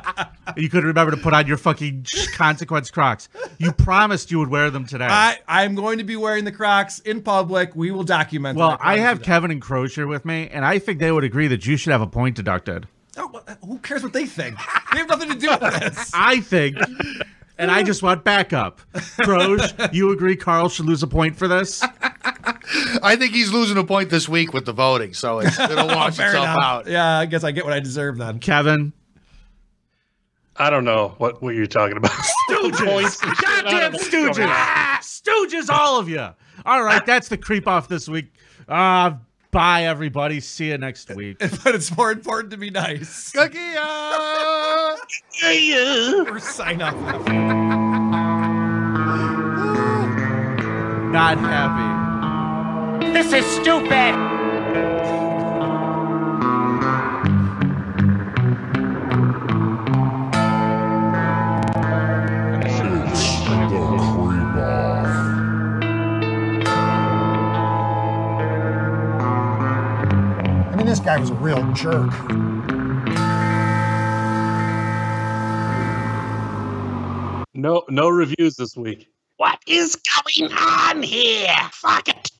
Speaker 1: You couldn't remember to put on your fucking consequence Crocs. You promised you would wear them today.
Speaker 2: I, I'm going to be wearing the Crocs in public. We will document
Speaker 1: well,
Speaker 2: that.
Speaker 1: I have Kevin and Crozier with me, and I think they would agree that you should have a point deducted.
Speaker 2: Who cares what they think? They have nothing to do with this.
Speaker 1: I think, and I just want backup. Croge, you agree Carl should lose a point for this?
Speaker 6: I think he's losing a point this week with the voting, so it's, it'll wash
Speaker 2: Fair
Speaker 6: itself
Speaker 2: enough.
Speaker 6: out.
Speaker 2: Yeah, I guess I get what I deserve then.
Speaker 1: Kevin.
Speaker 5: I don't know what, what you're talking about.
Speaker 1: Stooges! Goddamn Stooges! Ah, Stooges, all of you! All right, that's the creep off this week. Uh, bye, everybody. See you next week.
Speaker 2: but it's more important to be nice.
Speaker 5: or
Speaker 2: sign up.
Speaker 1: Not happy.
Speaker 9: This is stupid.
Speaker 11: I mean, this guy was a real jerk.
Speaker 5: No, no reviews this week.
Speaker 9: What is going on here? Fuck it.